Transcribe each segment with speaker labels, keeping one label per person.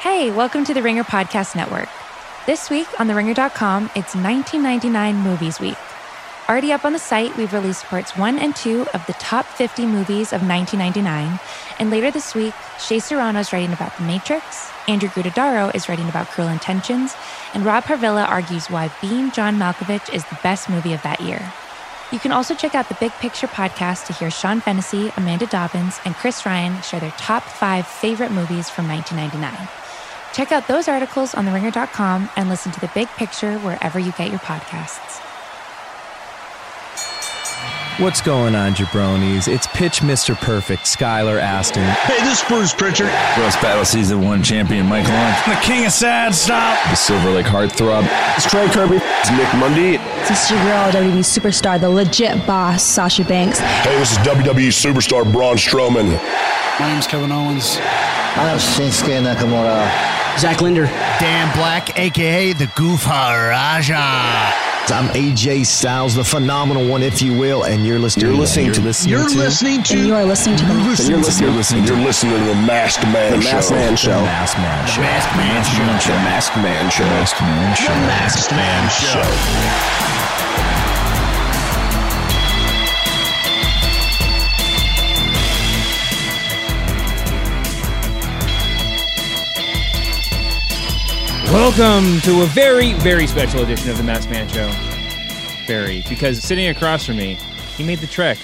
Speaker 1: Hey, welcome to the Ringer Podcast Network. This week on TheRinger.com, it's 1999 Movies Week. Already up on the site, we've released parts one and two of the top 50 movies of 1999. And later this week, Shea Serrano's writing about The Matrix, Andrew Gudadaro is writing about Cruel Intentions, and Rob Harvilla argues why Being John Malkovich is the best movie of that year. You can also check out the Big Picture podcast to hear Sean Fennessy, Amanda Dobbins, and Chris Ryan share their top five favorite movies from 1999. Check out those articles on theringer.com and listen to the big picture wherever you get your podcasts.
Speaker 2: What's going on, jabronis? It's Pitch Mr. Perfect, Skylar Aston.
Speaker 3: Hey, this is Bruce Pritchard.
Speaker 4: Gross Battle Season 1 champion Mike Lynch.
Speaker 5: The king of sad stop.
Speaker 4: The Silver Lake Heartthrob.
Speaker 3: It's Trey Kirby. It's Nick Mundy.
Speaker 6: This is your girl, WWE superstar, the legit boss, Sasha Banks.
Speaker 7: Hey, this is WWE superstar Braun Strowman.
Speaker 8: My name's Kevin Owens.
Speaker 9: I'm Shinsuke Nakamura.
Speaker 8: Zach Linder.
Speaker 5: Dan Black, aka the Goof Raja.
Speaker 10: I'm AJ Styles, the phenomenal one, if you will, and you're listening.
Speaker 7: You're listening to-
Speaker 3: You're listening
Speaker 6: And you
Speaker 3: to
Speaker 6: are listening to the
Speaker 7: You're listening. You're listening. You're listening to the Masked Man
Speaker 2: The
Speaker 7: Show.
Speaker 2: Masked Man Show.
Speaker 4: Masked Man Show. Masked Man Show. Masked Man Show.
Speaker 3: Masked Man Show.
Speaker 11: Welcome to a very, very special edition of the Masked Man Show. Very, because sitting across from me, he made the trek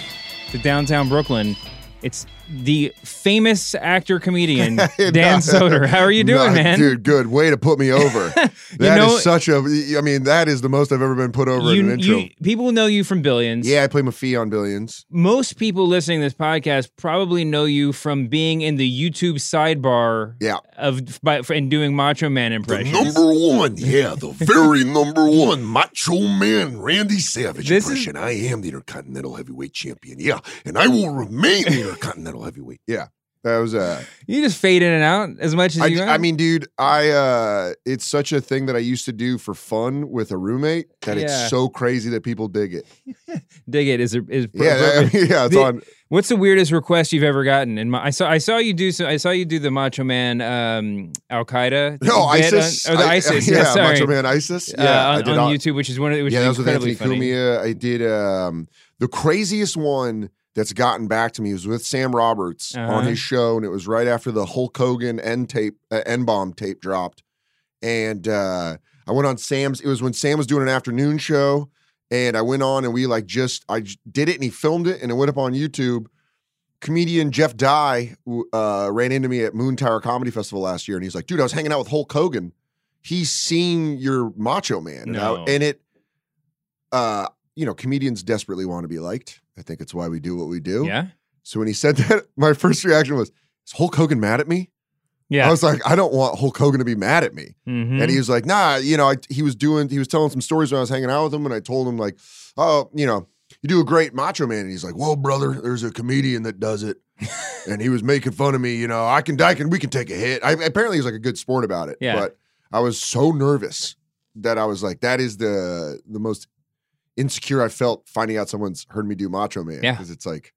Speaker 11: to downtown Brooklyn. It's the famous actor comedian Dan Soder. How are you doing,
Speaker 12: Nah,
Speaker 11: man?
Speaker 12: Dude, good way to put me over. That is
Speaker 11: know-
Speaker 12: such a. I mean, that is the most I've ever been put over in
Speaker 11: You-
Speaker 12: an
Speaker 11: you-
Speaker 12: intro.
Speaker 11: people know you from Billions.
Speaker 12: yeah, I play my fee on billions.
Speaker 11: Most people listening to this podcast probably know you from being in the YouTube sidebar
Speaker 12: Yeah.
Speaker 11: of by, and doing Macho Man impressions.
Speaker 7: Number one, yeah, the very number one Macho Man Randy Savage
Speaker 11: This is-
Speaker 7: impression. I am the Intercontinental Heavyweight Champion, yeah, and I will remain the Intercontinental Heavyweight.
Speaker 12: That was uh,
Speaker 11: You just fade in and out as much as
Speaker 12: I,
Speaker 11: you want.
Speaker 12: I mean, dude, I uh, it's such a thing that I used to do for fun with a roommate that
Speaker 11: Yeah.
Speaker 12: it's so crazy that people dig it.
Speaker 11: dig it is is
Speaker 12: Yeah, I mean, yeah, it's
Speaker 11: The-
Speaker 12: on.
Speaker 11: What's the weirdest request you've ever gotten? And I saw I saw you do so I saw you do the Macho Man um, Al Qaeda.
Speaker 12: No,
Speaker 11: bit
Speaker 12: ISIS.
Speaker 11: on- or the
Speaker 12: I-
Speaker 11: ISIS.
Speaker 12: Yeah,
Speaker 11: yeah, sorry.
Speaker 12: Macho Man ISIS.
Speaker 11: Uh,
Speaker 12: Yeah, I
Speaker 11: on,
Speaker 12: did
Speaker 11: on
Speaker 12: all-
Speaker 11: YouTube, which is one of, which
Speaker 12: yeah, that
Speaker 11: is
Speaker 12: was with
Speaker 11: incredibly funny.
Speaker 12: Anthony Cumia. I did um, the craziest one that's gotten back to me was with Sam Roberts on
Speaker 11: Uh-huh.
Speaker 12: his show, and it was right after the Hulk Hogan end tape, uh, end bomb tape dropped, and uh, I went on Sam's. It was when Sam was doing an afternoon show, and I went on and we like just I j- did it, and he filmed it, and it went up on YouTube. Comedian Jeff Dye w- uh, ran into me at Moon Tower Comedy Festival last year, and he's like, "Dude, I was hanging out with Hulk Hogan. He's seen your Macho Man, and, I-
Speaker 11: No.
Speaker 12: and it uh, you know, comedians desperately want to be liked. I think it's why we do what we do.
Speaker 11: Yeah,
Speaker 12: So when he said that, my first reaction was, "Is Hulk Hogan mad at me?"
Speaker 11: yeah.
Speaker 12: I was like, "I don't want Hulk Hogan to be mad at me."
Speaker 11: Mhm.
Speaker 12: And he was like, "Nah, you know, I, he was doing, he was telling some stories when I was hanging out with him, and I told him like, oh, you know, you do a great Macho Man." And he's like, "Well, brother, there's a comedian that does it." and he was making fun of me, you know. I can, I can, we can take a hit. I, apparently, he was like a good sport about it.
Speaker 11: Yeah.
Speaker 12: But I was so nervous that I was like, "That is the the most insecure I felt finding out someone's heard me do Macho Man."
Speaker 11: Yeah.
Speaker 12: Because it's like,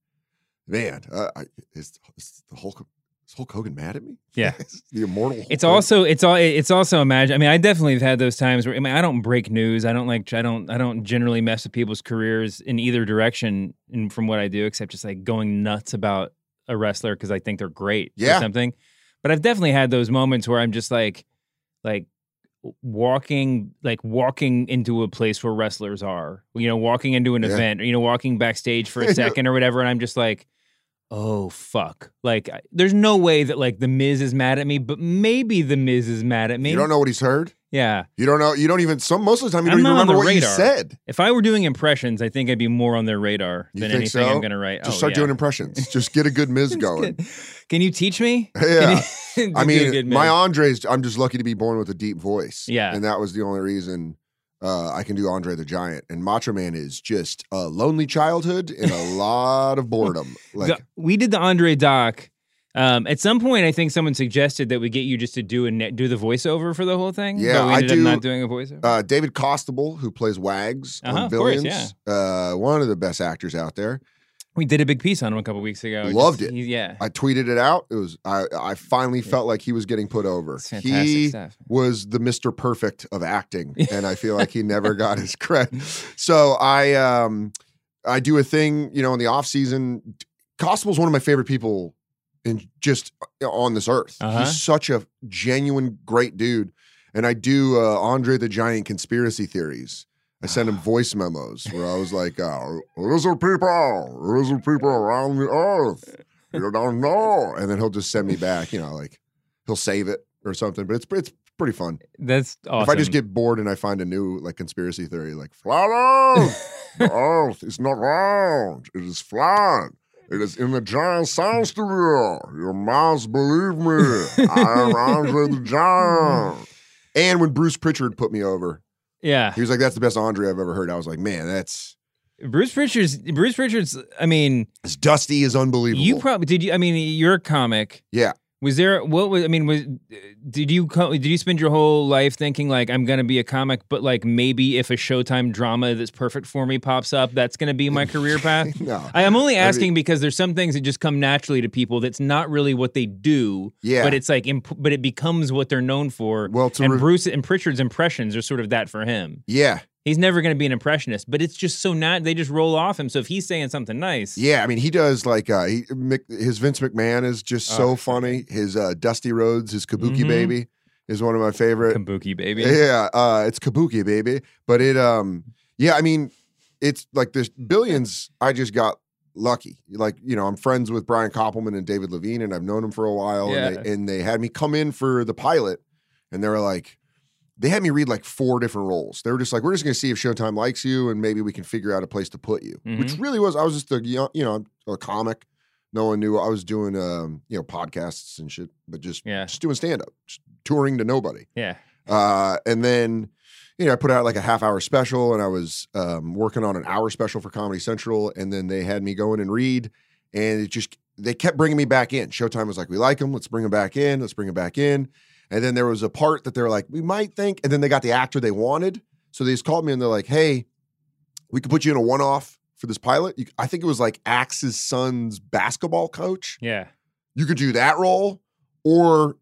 Speaker 12: man, uh, I, is, is the Hulk is Hulk Hogan mad at me?
Speaker 11: Yeah.
Speaker 12: the immortal. Hulk
Speaker 11: It's
Speaker 12: Hogan.
Speaker 11: also it's all it's also imagine. I mean, I definitely have had those times where I mean, I don't break news. I don't like I don't I don't generally mess with people's careers in either direction. And from what I do, except just like going nuts about a wrestler because I think they're great or
Speaker 12: Yeah.
Speaker 11: something. But I've definitely had those moments where I'm just like, like walking like walking into a place where wrestlers are. You know, walking into an
Speaker 12: Yeah.
Speaker 11: event or you know walking backstage for a second or whatever, and I'm just like oh fuck like I- there's no way that like the miz is mad at me but maybe the miz is mad at me
Speaker 12: You don't know what he's heard.
Speaker 11: yeah
Speaker 12: You don't know. You don't even. Some most of the time, you
Speaker 11: I'm
Speaker 12: don't even
Speaker 11: not on
Speaker 12: remember
Speaker 11: the
Speaker 12: what
Speaker 11: radar.
Speaker 12: you said.
Speaker 11: if i were doing impressions i think i'd be more on their radar
Speaker 12: You
Speaker 11: than
Speaker 12: think
Speaker 11: anything i'm
Speaker 12: so?
Speaker 11: gonna write oh,
Speaker 12: Just start
Speaker 11: yeah.
Speaker 12: doing impressions. Just get a good Miz going.
Speaker 11: can you teach me
Speaker 12: Yeah.
Speaker 11: Can you-
Speaker 12: I
Speaker 11: do a good
Speaker 12: mean,
Speaker 11: Miz?
Speaker 12: my Andre's. I'm just lucky to be born with a deep voice.
Speaker 11: Yeah.
Speaker 12: and that was the only reason uh, I can do Andre the Giant. And Macho Man is just a lonely childhood and a lot of boredom. Like,
Speaker 11: The- we did the andre doc um, at some point, I think someone suggested that we get you just to do a net, do the voiceover for the whole thing.
Speaker 12: Yeah,
Speaker 11: but we
Speaker 12: I
Speaker 11: ended
Speaker 12: do-
Speaker 11: up not doing a voiceover.
Speaker 12: uh, David Costable, who plays Wags
Speaker 11: Uh-huh,
Speaker 12: on
Speaker 11: of course,
Speaker 12: Billions, uh, one of the best actors out there.
Speaker 11: We did a big piece on him a couple weeks ago. Just-
Speaker 12: Loved it.
Speaker 11: he- yeah.
Speaker 12: I tweeted it out. It was I. I finally felt like he was getting put over.
Speaker 11: fantastic
Speaker 12: he
Speaker 11: stuff.
Speaker 12: was the Mister Perfect of acting, and I feel like he never got his credit. So I, um, I do a thing, you know, in the off season. Costable's one of my favorite people, in just uh, on this earth.
Speaker 11: Uh-huh.
Speaker 12: He's such a genuine great dude, and I do uh, Andre the Giant conspiracy theories. I sent him voice memos where I was like, uh, "Little people, little people around the earth, you don't know," and then he'll just send me back, you know, like he'll save it or something. But it's it's pretty fun.
Speaker 11: That's awesome.
Speaker 12: If I just get bored and I find a new like conspiracy theory, like flat Earth, the Earth is not round; it is flat. It is in the giant sound studio. You must believe me. I am Andre the Giant. And when Bruce Pritchard put me over,
Speaker 11: yeah.
Speaker 12: he was like, "That's the best Andre I've ever heard." I was like, "Man, that's
Speaker 11: Bruce Richards. Bruce Richards. I mean,
Speaker 12: as dusty as unbelievable."
Speaker 11: you probably did. You. I mean, you're a comic.
Speaker 12: yeah,
Speaker 11: Was there what was I mean was did you co- did you spend your whole life thinking like I'm gonna be a comic but like maybe if a Showtime drama that's perfect for me pops up that's gonna be my career path?
Speaker 12: No.
Speaker 11: I am only
Speaker 12: I mean-
Speaker 11: asking because there's some things that just come naturally to people that's not really what they do.
Speaker 12: Yeah.
Speaker 11: but it's like imp- but it becomes what they're known for.
Speaker 12: Well, to
Speaker 11: and
Speaker 12: re-
Speaker 11: Bruce and Pritchard's impressions are sort of that for him.
Speaker 12: yeah,
Speaker 11: He's never gonna be an impressionist, but it's just so not they just roll off him. So if he's saying something nice,
Speaker 12: yeah. I mean, he does like uh, he, Mc, his Vince McMahon is just so funny. His uh, Dusty Rhodes, his Kabuki
Speaker 11: Mhm.
Speaker 12: Baby, is one of my favorite.
Speaker 11: Kabuki baby,
Speaker 12: Yeah, uh, it's Kabuki, baby. But it, um, yeah, I mean, it's like the billions. I just got lucky. Like you know, I'm friends with Brian Koppelman and David Levine, and I've known them for a while. And, they,
Speaker 11: Yeah.
Speaker 12: and they had me come in for the pilot, and they were like, they had me read like four different roles. They were just like, we're just going to see if Showtime likes you, and maybe we can figure out a place to put you. Which
Speaker 11: Mm-hmm.
Speaker 12: really was, I was just a young, you know, a comic. No one knew I was doing, um, you know, podcasts and shit, but just
Speaker 11: Yeah.
Speaker 12: just doing stand up, touring to nobody.
Speaker 11: yeah,
Speaker 12: Uh, and then, you know, I put out like a half hour special and I was um, working on an hour special for Comedy Central. And then they had me go in and read. And it just, they kept bringing me back in. Showtime was like, we like him. Let's bring him back in. Let's bring him back in. And then there was a part that they were like, we might think. And then they got the actor they wanted. So they just called me and they're like, hey, we could put you in a one off for this pilot. You, I think it was like Axe's son's basketball coach
Speaker 11: yeah.
Speaker 12: you could do that role or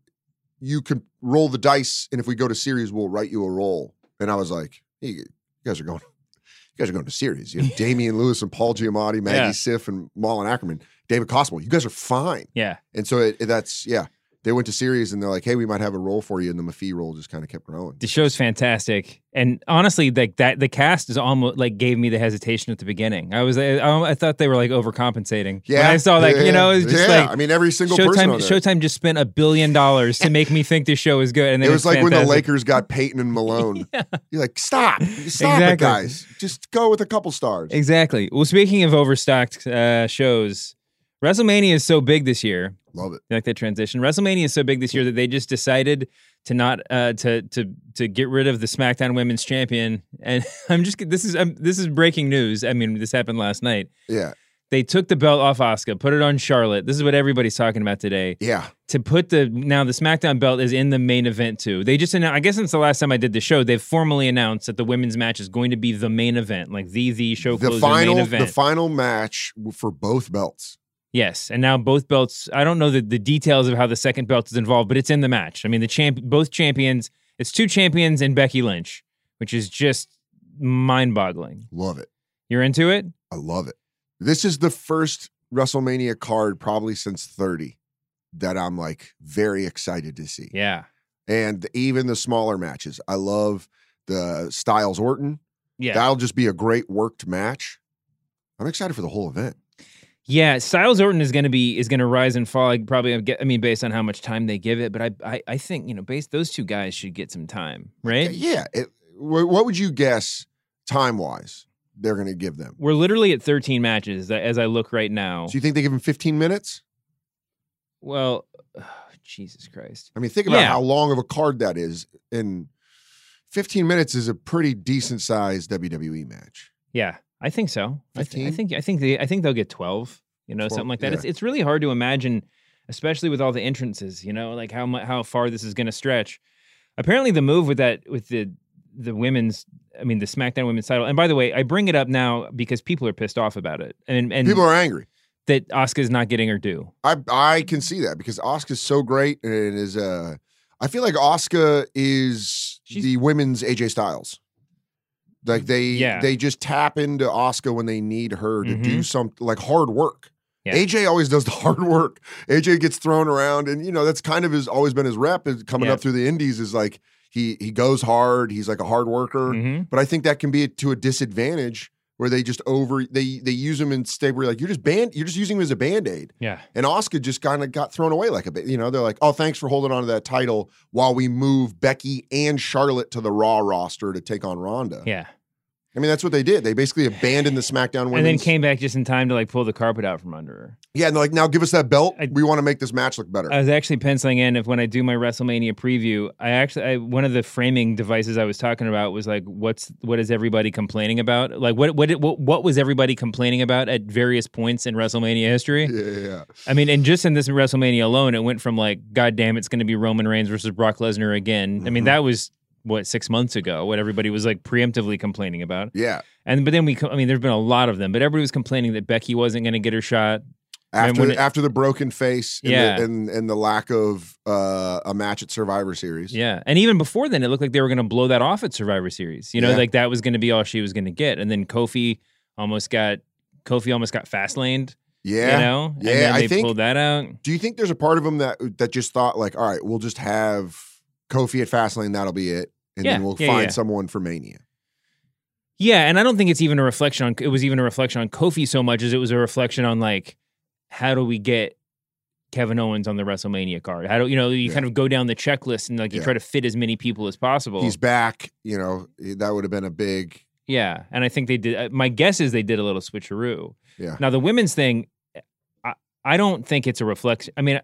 Speaker 12: you could roll the dice and if we go to series we'll write you a role and i was like hey, you guys are going you guys are going to series you have damian lewis and paul giamatti maggie
Speaker 11: Yeah.
Speaker 12: siff and marlon ackerman david costable you guys are fine
Speaker 11: Yeah.
Speaker 12: and so it, it- that's yeah they went to series and they're like hey we might have a role for you and the maffei role just kind of kept growing
Speaker 11: The show's fantastic, and honestly, like that, the cast is almost like gave me the hesitation at the beginning. I was, I, I thought they were like overcompensating.
Speaker 12: yeah
Speaker 11: when I saw like you know, it's just
Speaker 12: yeah.
Speaker 11: like
Speaker 12: i mean every single person
Speaker 11: Showtime.
Speaker 12: on there.
Speaker 11: Showtime just spent a billion dollars to make me think this show is good, and then
Speaker 12: it was
Speaker 11: it's
Speaker 12: like when the
Speaker 11: fantastic.
Speaker 12: Lakers got Peyton and Malone. You're like, stop, stop
Speaker 11: Exactly.
Speaker 12: it, guys. Just go with a couple stars.
Speaker 11: Exactly. Well, speaking of overstocked uh, shows, WrestleMania is so big this year.
Speaker 12: Love it.
Speaker 11: You like that transition. WrestleMania is so big this year that they just decided to not uh, to to to get rid of the SmackDown Women's Champion. And I'm just this is um, this is breaking news. I mean, this happened last night.
Speaker 12: Yeah,
Speaker 11: They took the belt off Asuka, put it on Charlotte. This is what everybody's talking about today.
Speaker 12: yeah.
Speaker 11: To put the now the SmackDown belt is in the main event too. They just announced. I guess since the last time I did the show, they've formally announced that the women's match is going to be the main event, like the the show
Speaker 12: The
Speaker 11: closer
Speaker 12: final,
Speaker 11: main
Speaker 12: the
Speaker 11: event.
Speaker 12: final match w- for both belts.
Speaker 11: Yes, and now both belts. I don't know the, the details of how the second belt is involved, but it's in the match. I mean, the champ, both champions. It's two champions and Becky Lynch, which is just mind-boggling.
Speaker 12: Love it.
Speaker 11: You're into it?
Speaker 12: I love it. This is the first WrestleMania card probably since 30 that I'm like very excited to see.
Speaker 11: Yeah,
Speaker 12: And even the smaller matches. I love the Styles Orton.
Speaker 11: yeah,
Speaker 12: That'll just be a great worked match. I'm excited for the whole event.
Speaker 11: yeah. Styles Orton is going to be is going to rise and fall. I probably get. I mean, based on how much time they give it, but I I, I think you know, based those two guys should get some time, right?
Speaker 12: Yeah. It, wh- what would you guess time wise they're going to give them?
Speaker 11: We're literally at 13 matches that- as I look right now.
Speaker 12: So you think they give them 15 minutes?
Speaker 11: Well, Jesus Christ.
Speaker 12: I mean, think about
Speaker 11: Yeah.
Speaker 12: how long of a card that is. And 15 minutes is a pretty decent sized WWE E match.
Speaker 11: Yeah, I think so. I, th- I
Speaker 12: 15?
Speaker 11: think I think they I think they'll get twelve. You know,
Speaker 12: 12,
Speaker 11: something like that.
Speaker 12: yeah.
Speaker 11: It's it's really hard to imagine, especially with all the entrances. You know, like how mu- how far this is going to stretch. Apparently, the move with that with the the women's. I mean, the SmackDown women's title. And by the way, I bring it up now because people are pissed off about it, and and
Speaker 12: People are angry.
Speaker 11: that Oscar's not getting her due.
Speaker 12: I I can see that because Oscar's so great and is uh I feel like Oscar is the women's AJ Styles. Like they
Speaker 11: Yeah.
Speaker 12: they just tap into Oscar when they need her to do
Speaker 11: Mhm.
Speaker 12: something like hard work.
Speaker 11: Yeah.
Speaker 12: AJ always does the hard work. AJ gets thrown around and you know that's kind of his always been his rep is coming
Speaker 11: Yeah.
Speaker 12: up through the indies is like he he goes hard, he's like a hard worker.
Speaker 11: Mhm.
Speaker 12: But I think that can be to a disadvantage where they just over they they use him in state where like you're just band you're just using him as a band-aid.
Speaker 11: Yeah.
Speaker 12: And Oscar just kind of got thrown away like a bit. You know, they're like, oh, thanks for holding on to that title while we move Becky and Charlotte to the Raw roster to take on Ronda.
Speaker 11: Yeah.
Speaker 12: I mean, that's what they did. They basically abandoned the SmackDown women.
Speaker 11: And then came back just in time to like pull the carpet out from under her.
Speaker 12: yeah, and they're like, now give us that belt.
Speaker 11: I-
Speaker 12: we want to make this match look better.
Speaker 11: I was actually penciling in if when I do my WrestleMania preview, I actually I, one of the framing devices I was talking about was like, what's what is everybody complaining about? Like what what what, what was everybody complaining about at various points in WrestleMania history?
Speaker 12: yeah, yeah, yeah.
Speaker 11: I mean, and just in this WrestleMania alone, it went from like, God damn, it's going to be Roman Reigns versus Brock Lesnar again. I mean, that was what six months ago, what everybody was like preemptively complaining about.
Speaker 12: Yeah.
Speaker 11: And but then we, co- I mean, there's been a lot of them, but everybody was complaining that Becky wasn't going to get her shot. And
Speaker 12: After
Speaker 11: when
Speaker 12: the,
Speaker 11: it-
Speaker 12: after the broken face and,
Speaker 11: Yeah.
Speaker 12: the, and and the lack of uh, a match at Survivor Series.
Speaker 11: Yeah, and even before then, it looked like they were going to blow that off at Survivor Series. You know,
Speaker 12: Yeah.
Speaker 11: like that was going to be all she was going to get. And then Kofi almost got Kofi almost got fast laned.
Speaker 12: Yeah.
Speaker 11: You know,
Speaker 12: Yeah,
Speaker 11: and then
Speaker 12: I
Speaker 11: they
Speaker 12: think-
Speaker 11: pulled that out.
Speaker 12: Do you think there's a part of him that that just thought like, all right, we'll just have Kofi at Fastlane, that'll be it, and
Speaker 11: Yeah,
Speaker 12: then we'll
Speaker 11: yeah,
Speaker 12: find
Speaker 11: yeah.
Speaker 12: someone for Mania.
Speaker 11: Yeah, and I don't think it's even a reflection on it was even a reflection on Kofi so much as it was a reflection on like how do we get Kevin Owens on the WrestleMania card? How do you know you
Speaker 12: Yeah.
Speaker 11: kind of go down the checklist and like you
Speaker 12: Yeah.
Speaker 11: try to fit as many people as possible?
Speaker 12: He's back, you know. That would have been a big
Speaker 11: yeah, and I think they did. uh, My guess is they did a little switcheroo.
Speaker 12: yeah.
Speaker 11: Now the women's thing, I, I don't think it's a reflection. I mean,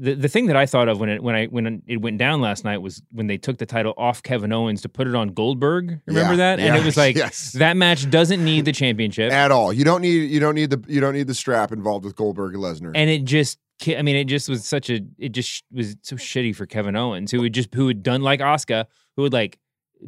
Speaker 11: the the thing that I thought of when it when I when it went down last night was when they took the title off Kevin Owens to put it on Goldberg. Remember
Speaker 12: Yeah,
Speaker 11: that? And
Speaker 12: yeah,
Speaker 11: it was like
Speaker 12: yes.
Speaker 11: that match doesn't need the championship,
Speaker 12: At all, you don't need you don't need the you don't need the strap involved with Goldberg and Lesnar.
Speaker 11: and it just. ki- I mean, it just was such a. It just was so shitty for Kevin Owens, who had just who had done like Oscar, who had like,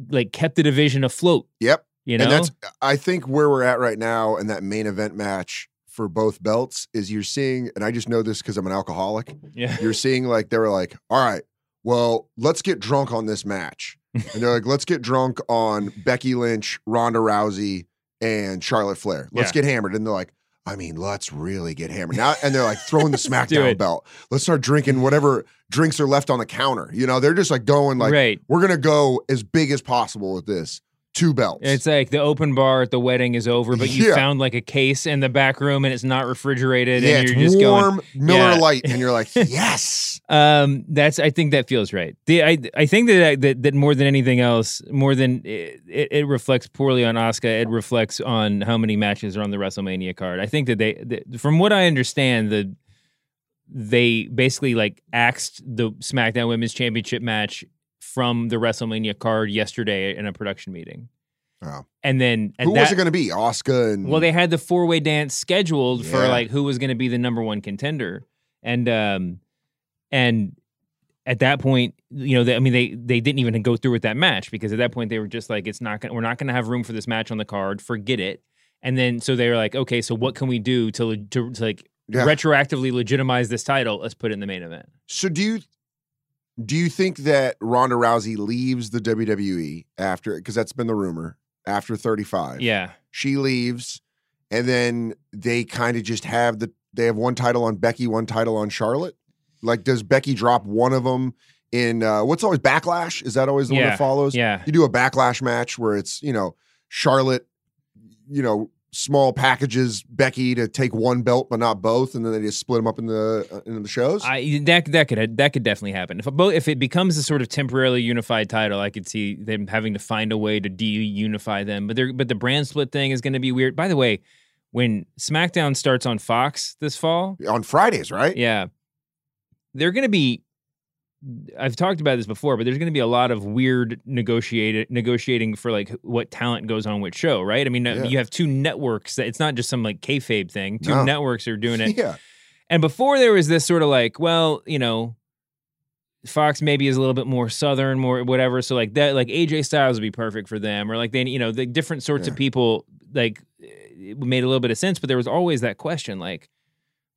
Speaker 11: like kept the division afloat.
Speaker 12: Yep.
Speaker 11: You know,
Speaker 12: And that's I think where we're at right now in that main event match for both belts is you're seeing, and I just know this because I'm an alcoholic.
Speaker 11: yeah,
Speaker 12: You're seeing like they were like, all right, well, let's get drunk on this match. And they're like, let's get drunk on Becky Lynch, Ronda Rousey, and Charlotte Flair. Let's
Speaker 11: Yeah.
Speaker 12: get hammered. And they're like, I mean, let's really get hammered. Now and they're like throwing the
Speaker 11: do
Speaker 12: SmackDown
Speaker 11: it.
Speaker 12: belt. Let's start drinking whatever drinks are left on the counter. You know, they're just like going like
Speaker 11: right.
Speaker 12: we're gonna go as big as possible with this. Two belts.
Speaker 11: It's like the open bar at the wedding is over, but you
Speaker 12: Yeah.
Speaker 11: found like a case in the back room and it's not refrigerated
Speaker 12: yeah,
Speaker 11: and
Speaker 12: it's
Speaker 11: you're just
Speaker 12: warm Miller
Speaker 11: yeah.
Speaker 12: Light, and you're like, yes.
Speaker 11: going. Um, that's I think that feels right. The, I I think that, that that more than anything else, more than it, it, it reflects poorly on Oscar, it reflects on how many matches are on the WrestleMania card. I think that they, that, from what I understand, the they basically like axed the SmackDown Women's Championship match from the WrestleMania card yesterday in a production meeting.
Speaker 12: Oh.
Speaker 11: And then at
Speaker 12: Who
Speaker 11: that,
Speaker 12: was it gonna be? Oscar and
Speaker 11: Well, they had the four way dance scheduled for
Speaker 12: Yeah.
Speaker 11: like who was going to be the number one contender, and um, and at that point, you know, they, I mean, they they didn't even go through with that match because at that point they were just like, it's not gonna, we're not going to have room for this match on the card. Forget it. And then so they were like, okay, so what can we do to le- to, to like
Speaker 12: Yeah.
Speaker 11: retroactively legitimize this title? Let's put it in the main event.
Speaker 12: So do you do you think that Ronda Rousey leaves the WWE after because that's been the rumor after 35?
Speaker 11: Yeah,
Speaker 12: She leaves and then they kind of just have the they have one title on Becky, one title on Charlotte. Like does Becky drop one of them in uh what's always backlash? Is that always the one
Speaker 11: Yeah.
Speaker 12: that follows?
Speaker 11: yeah,
Speaker 12: You do a backlash match where it's, you know, Charlotte, you know, small packages Becky to take one belt but not both and then they just split them up in the uh, in the shows.
Speaker 11: I that that could that could definitely happen. If both if it becomes a sort of temporarily unified title, I could see them having to find a way to de-unify them. But they're but the brand split thing is going to be weird. By the way, when SmackDown starts on Fox this fall,
Speaker 12: on Fridays, right?
Speaker 11: yeah, they're going to be. I've talked about this before, but there's going to be a lot of weird negotiated negotiating for like what talent goes on which show, right? I mean,
Speaker 12: Yeah.
Speaker 11: you have two networks. That, it's not just some like kayfabe thing. Two
Speaker 12: No.
Speaker 11: networks are doing it.
Speaker 12: Yeah.
Speaker 11: And before there was this sort of like, well, you know, Fox maybe is a little bit more southern, more whatever. So like that, like AJ Styles would be perfect for them, or like they, you know, the different sorts of people like it made a little bit of sense. But there was always that question, like,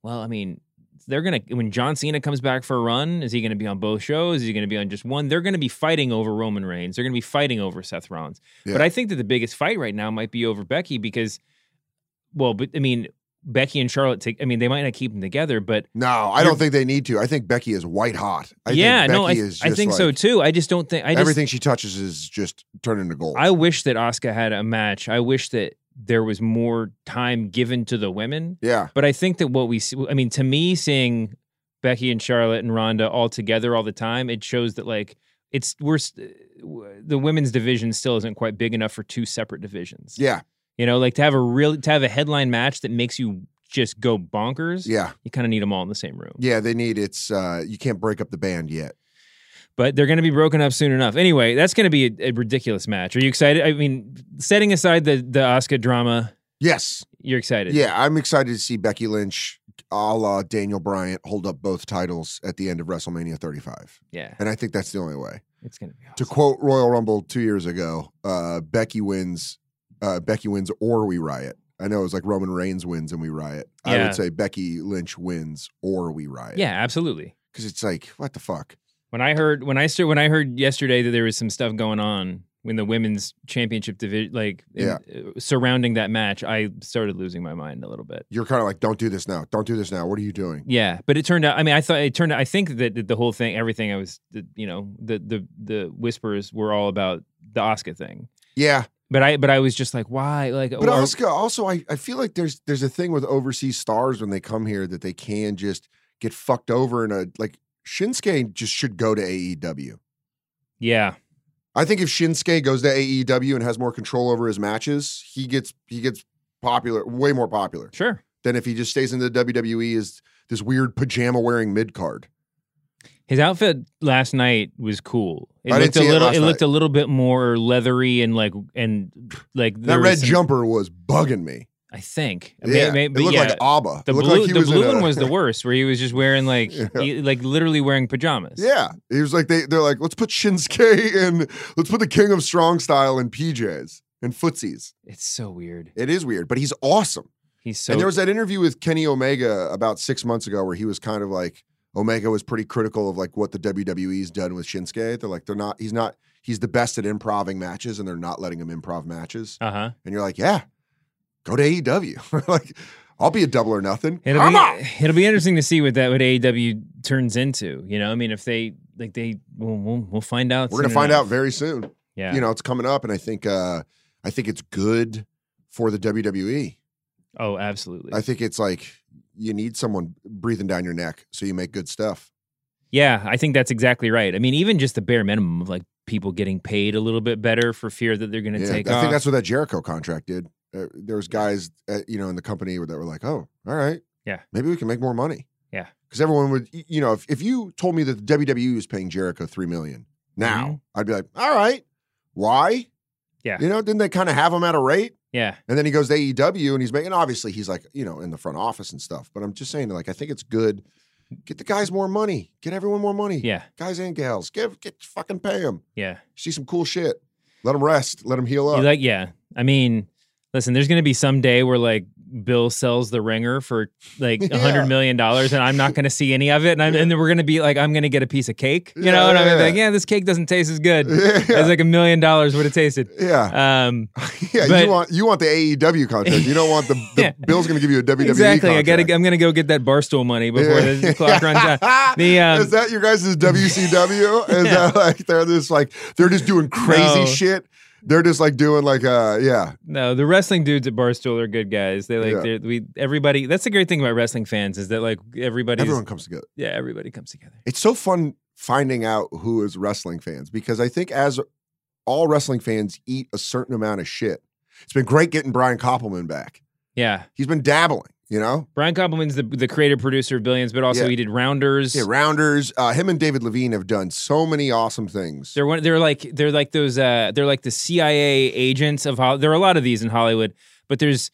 Speaker 11: well, I mean, they're gonna when John Cena comes back for a run, is he gonna be on both shows? Is he gonna be on just one? They're gonna be fighting over Roman Reigns. They're gonna be fighting over Seth Rollins. But I think that the biggest fight right now might be over Becky because, well, but I mean, Becky and Charlotte take. I mean, they might not keep them together, but
Speaker 12: No, I don't think they need to. I think Becky is white hot. I
Speaker 11: yeah,
Speaker 12: think Becky
Speaker 11: no, I,
Speaker 12: is
Speaker 11: I
Speaker 12: just
Speaker 11: think so
Speaker 12: like-
Speaker 11: too. I just don't think I just,
Speaker 12: everything she touches is just turning to gold.
Speaker 11: I wish that Oscar had a match. I wish that there was more time given to the women.
Speaker 12: yeah.
Speaker 11: But I think that what we see, I mean, to me, seeing Becky and Charlotte and Ronda all together all the time, it shows that like it's we're s- the women's division still isn't quite big enough for two separate divisions.
Speaker 12: Yeah.
Speaker 11: You know, like to have a real to have a headline match that makes you just go bonkers.
Speaker 12: Yeah.
Speaker 11: You kind of need them all in the same room.
Speaker 12: Yeah, they need it's uh you can't break up the band yet.
Speaker 11: but they're going to be broken up soon enough. Anyway, that's going to be a, a ridiculous match. Are you excited? I mean, setting aside the the Oscar drama,
Speaker 12: Yes.
Speaker 11: you're excited.
Speaker 12: Yeah, I'm excited to see Becky Lynch a la Daniel Bryant hold up both titles at the end of WrestleMania 35.
Speaker 11: yeah,
Speaker 12: And I think that's the only way.
Speaker 11: it's going to be.
Speaker 12: To quote Royal Rumble two years ago, uh, Becky wins, uh, Becky wins or we riot. I know it was like Roman Reigns wins and we riot. I
Speaker 11: Yeah.
Speaker 12: would say Becky Lynch wins or we riot.
Speaker 11: Yeah, absolutely.
Speaker 12: Because it's like, what the fuck?
Speaker 11: When I heard when I st- when I heard yesterday that there was some stuff going on when the women's championship division like in-
Speaker 12: Yeah.
Speaker 11: uh, surrounding that match, I started losing my mind a little bit.
Speaker 12: You're kind of like, don't do this now. Don't do this now. What are you doing?
Speaker 11: Yeah, but it turned out. I mean, I thought it turned out. I think that that the whole thing, everything I was, the, you know, the the the whispers were all about the Oscar thing.
Speaker 12: Yeah.
Speaker 11: But I but I was just like, why? Like,
Speaker 12: But
Speaker 11: or-
Speaker 12: Oscar, also, I, I feel like there's there's a thing with overseas stars when they come here that they can just get fucked over and a like Shinsuke just should go to E AEW.
Speaker 11: yeah.
Speaker 12: I think if Shinsuke goes to AEW and has more control over his matches, he gets he gets popular, way more popular
Speaker 11: Sure.
Speaker 12: than if he just stays in the WWE as this weird pajama wearing mid card.
Speaker 11: His outfit last night was cool. It
Speaker 12: I
Speaker 11: looked
Speaker 12: didn't
Speaker 11: a
Speaker 12: see it
Speaker 11: little
Speaker 12: last
Speaker 11: it, looked
Speaker 12: night.
Speaker 11: a little bit more leathery and like and like
Speaker 12: That
Speaker 11: there was
Speaker 12: red
Speaker 11: some-
Speaker 12: jumper was bugging me.
Speaker 11: I think. May-
Speaker 12: Yeah,
Speaker 11: may-
Speaker 12: it
Speaker 11: but
Speaker 12: looked
Speaker 11: yeah.
Speaker 12: like Abba.
Speaker 11: the
Speaker 12: It looked
Speaker 11: blue,
Speaker 12: like he
Speaker 11: the
Speaker 12: was in
Speaker 11: blue
Speaker 12: a-
Speaker 11: one was the worst, where he was just wearing like, he- like literally wearing pajamas.
Speaker 12: Yeah, he was like they they're like let's put Shinsuke in, let's put the King of Strong Style in PJs and footsies.
Speaker 11: it's so weird.
Speaker 12: It is weird, but he's awesome.
Speaker 11: He's so
Speaker 12: and there was that interview with Kenny Omega about six months ago where he was kind of like Omega was pretty critical of like what the WWE's done with Shinsuke. They're like they're not he's not he's the best at improving matches and they're not letting him improv matches.
Speaker 11: uh huh.
Speaker 12: And you're like yeah, go to AEW. like I'll be a double or nothing.
Speaker 11: It'll
Speaker 12: I'm
Speaker 11: be,
Speaker 12: out.
Speaker 11: it'll be interesting to see what that what AEW turns into. You know, I mean, if they like they we'll we'll, we'll find out.
Speaker 12: We're gonna
Speaker 11: soon
Speaker 12: find
Speaker 11: enough.
Speaker 12: out very soon.
Speaker 11: Yeah,
Speaker 12: you know it's coming up and i think uh i think it's good for the wwe
Speaker 11: Oh, absolutely.
Speaker 12: i think it's like you need someone breathing down your neck so you make good stuff
Speaker 11: Yeah, I think that's exactly right. I mean, even just the bare minimum of like people getting paid a little bit better for fear that they're going to
Speaker 12: Yeah,
Speaker 11: take
Speaker 12: i
Speaker 11: off.
Speaker 12: think that's what that jericho contract did uh, there was guys uh you know in the company that were like oh all right
Speaker 11: Yeah.
Speaker 12: maybe we can make more money
Speaker 11: Yeah.
Speaker 12: because everyone would y- you know if, if you told me that the wwe was paying jericho three million now i'd be like all right why
Speaker 11: Mm-hmm. Yeah.
Speaker 12: you know didn't they kind of have him at a rate
Speaker 11: yeah,
Speaker 12: And then he goes to AEW and he's making obviously he's like, you know, in the front office and stuff. But I'm just saying, like, I think it's good. Get the guys more money. Get everyone more money.
Speaker 11: yeah,
Speaker 12: Guys and gals. Give get fucking pay them.
Speaker 11: yeah.
Speaker 12: See some cool shit. Let them rest. Let them heal
Speaker 11: You
Speaker 12: up.
Speaker 11: like, yeah. I mean, listen, there's going to be some day where like Bill sells the ringer for like a
Speaker 12: Yeah.
Speaker 11: hundred million dollars, and I'm not going to see any of it, and I'm, and then we're going to be like, I'm going to get a piece of cake, you know,
Speaker 12: Yeah,
Speaker 11: and I'm gonna be
Speaker 12: yeah.
Speaker 11: like, yeah, this cake doesn't taste as good
Speaker 12: Yeah.
Speaker 11: as like a million dollars would have tasted.
Speaker 12: yeah.
Speaker 11: Um,
Speaker 12: yeah.
Speaker 11: but-
Speaker 12: you want you want the AEW contract. You don't want the, the
Speaker 11: Yeah.
Speaker 12: Bill's gonna give you a WWE
Speaker 11: exactly. I got.
Speaker 12: E contract.
Speaker 11: to I'm going to go get that barstool money before the clock runs out. The um,
Speaker 12: is that your guys' WCW? Is that like they're just like they're just doing crazy
Speaker 11: No.
Speaker 12: shit? They're just like doing like uh yeah.
Speaker 11: No, the wrestling dudes at Barstool are good guys. They like
Speaker 12: Yeah.
Speaker 11: they're, we everybody. That's the great thing about wrestling fans is that like everybody's
Speaker 12: Everyone comes together.
Speaker 11: yeah everybody comes together.
Speaker 12: it's so fun finding out who is wrestling fans because I think as all wrestling fans eat a certain amount of shit. It's been great getting Brian Koppelman back.
Speaker 11: Yeah,
Speaker 12: He's been dabbling, you know?
Speaker 11: Brian Koppelman's the the creator producer of Billions, but also
Speaker 12: Yeah.
Speaker 11: he did Rounders.
Speaker 12: Yeah, rounders. Uh, him and David Levine have done so many awesome things.
Speaker 11: they're one. They're like they're like those. Uh, they're like the CIA agents of. Hol- There are a lot of these in Hollywood, but there's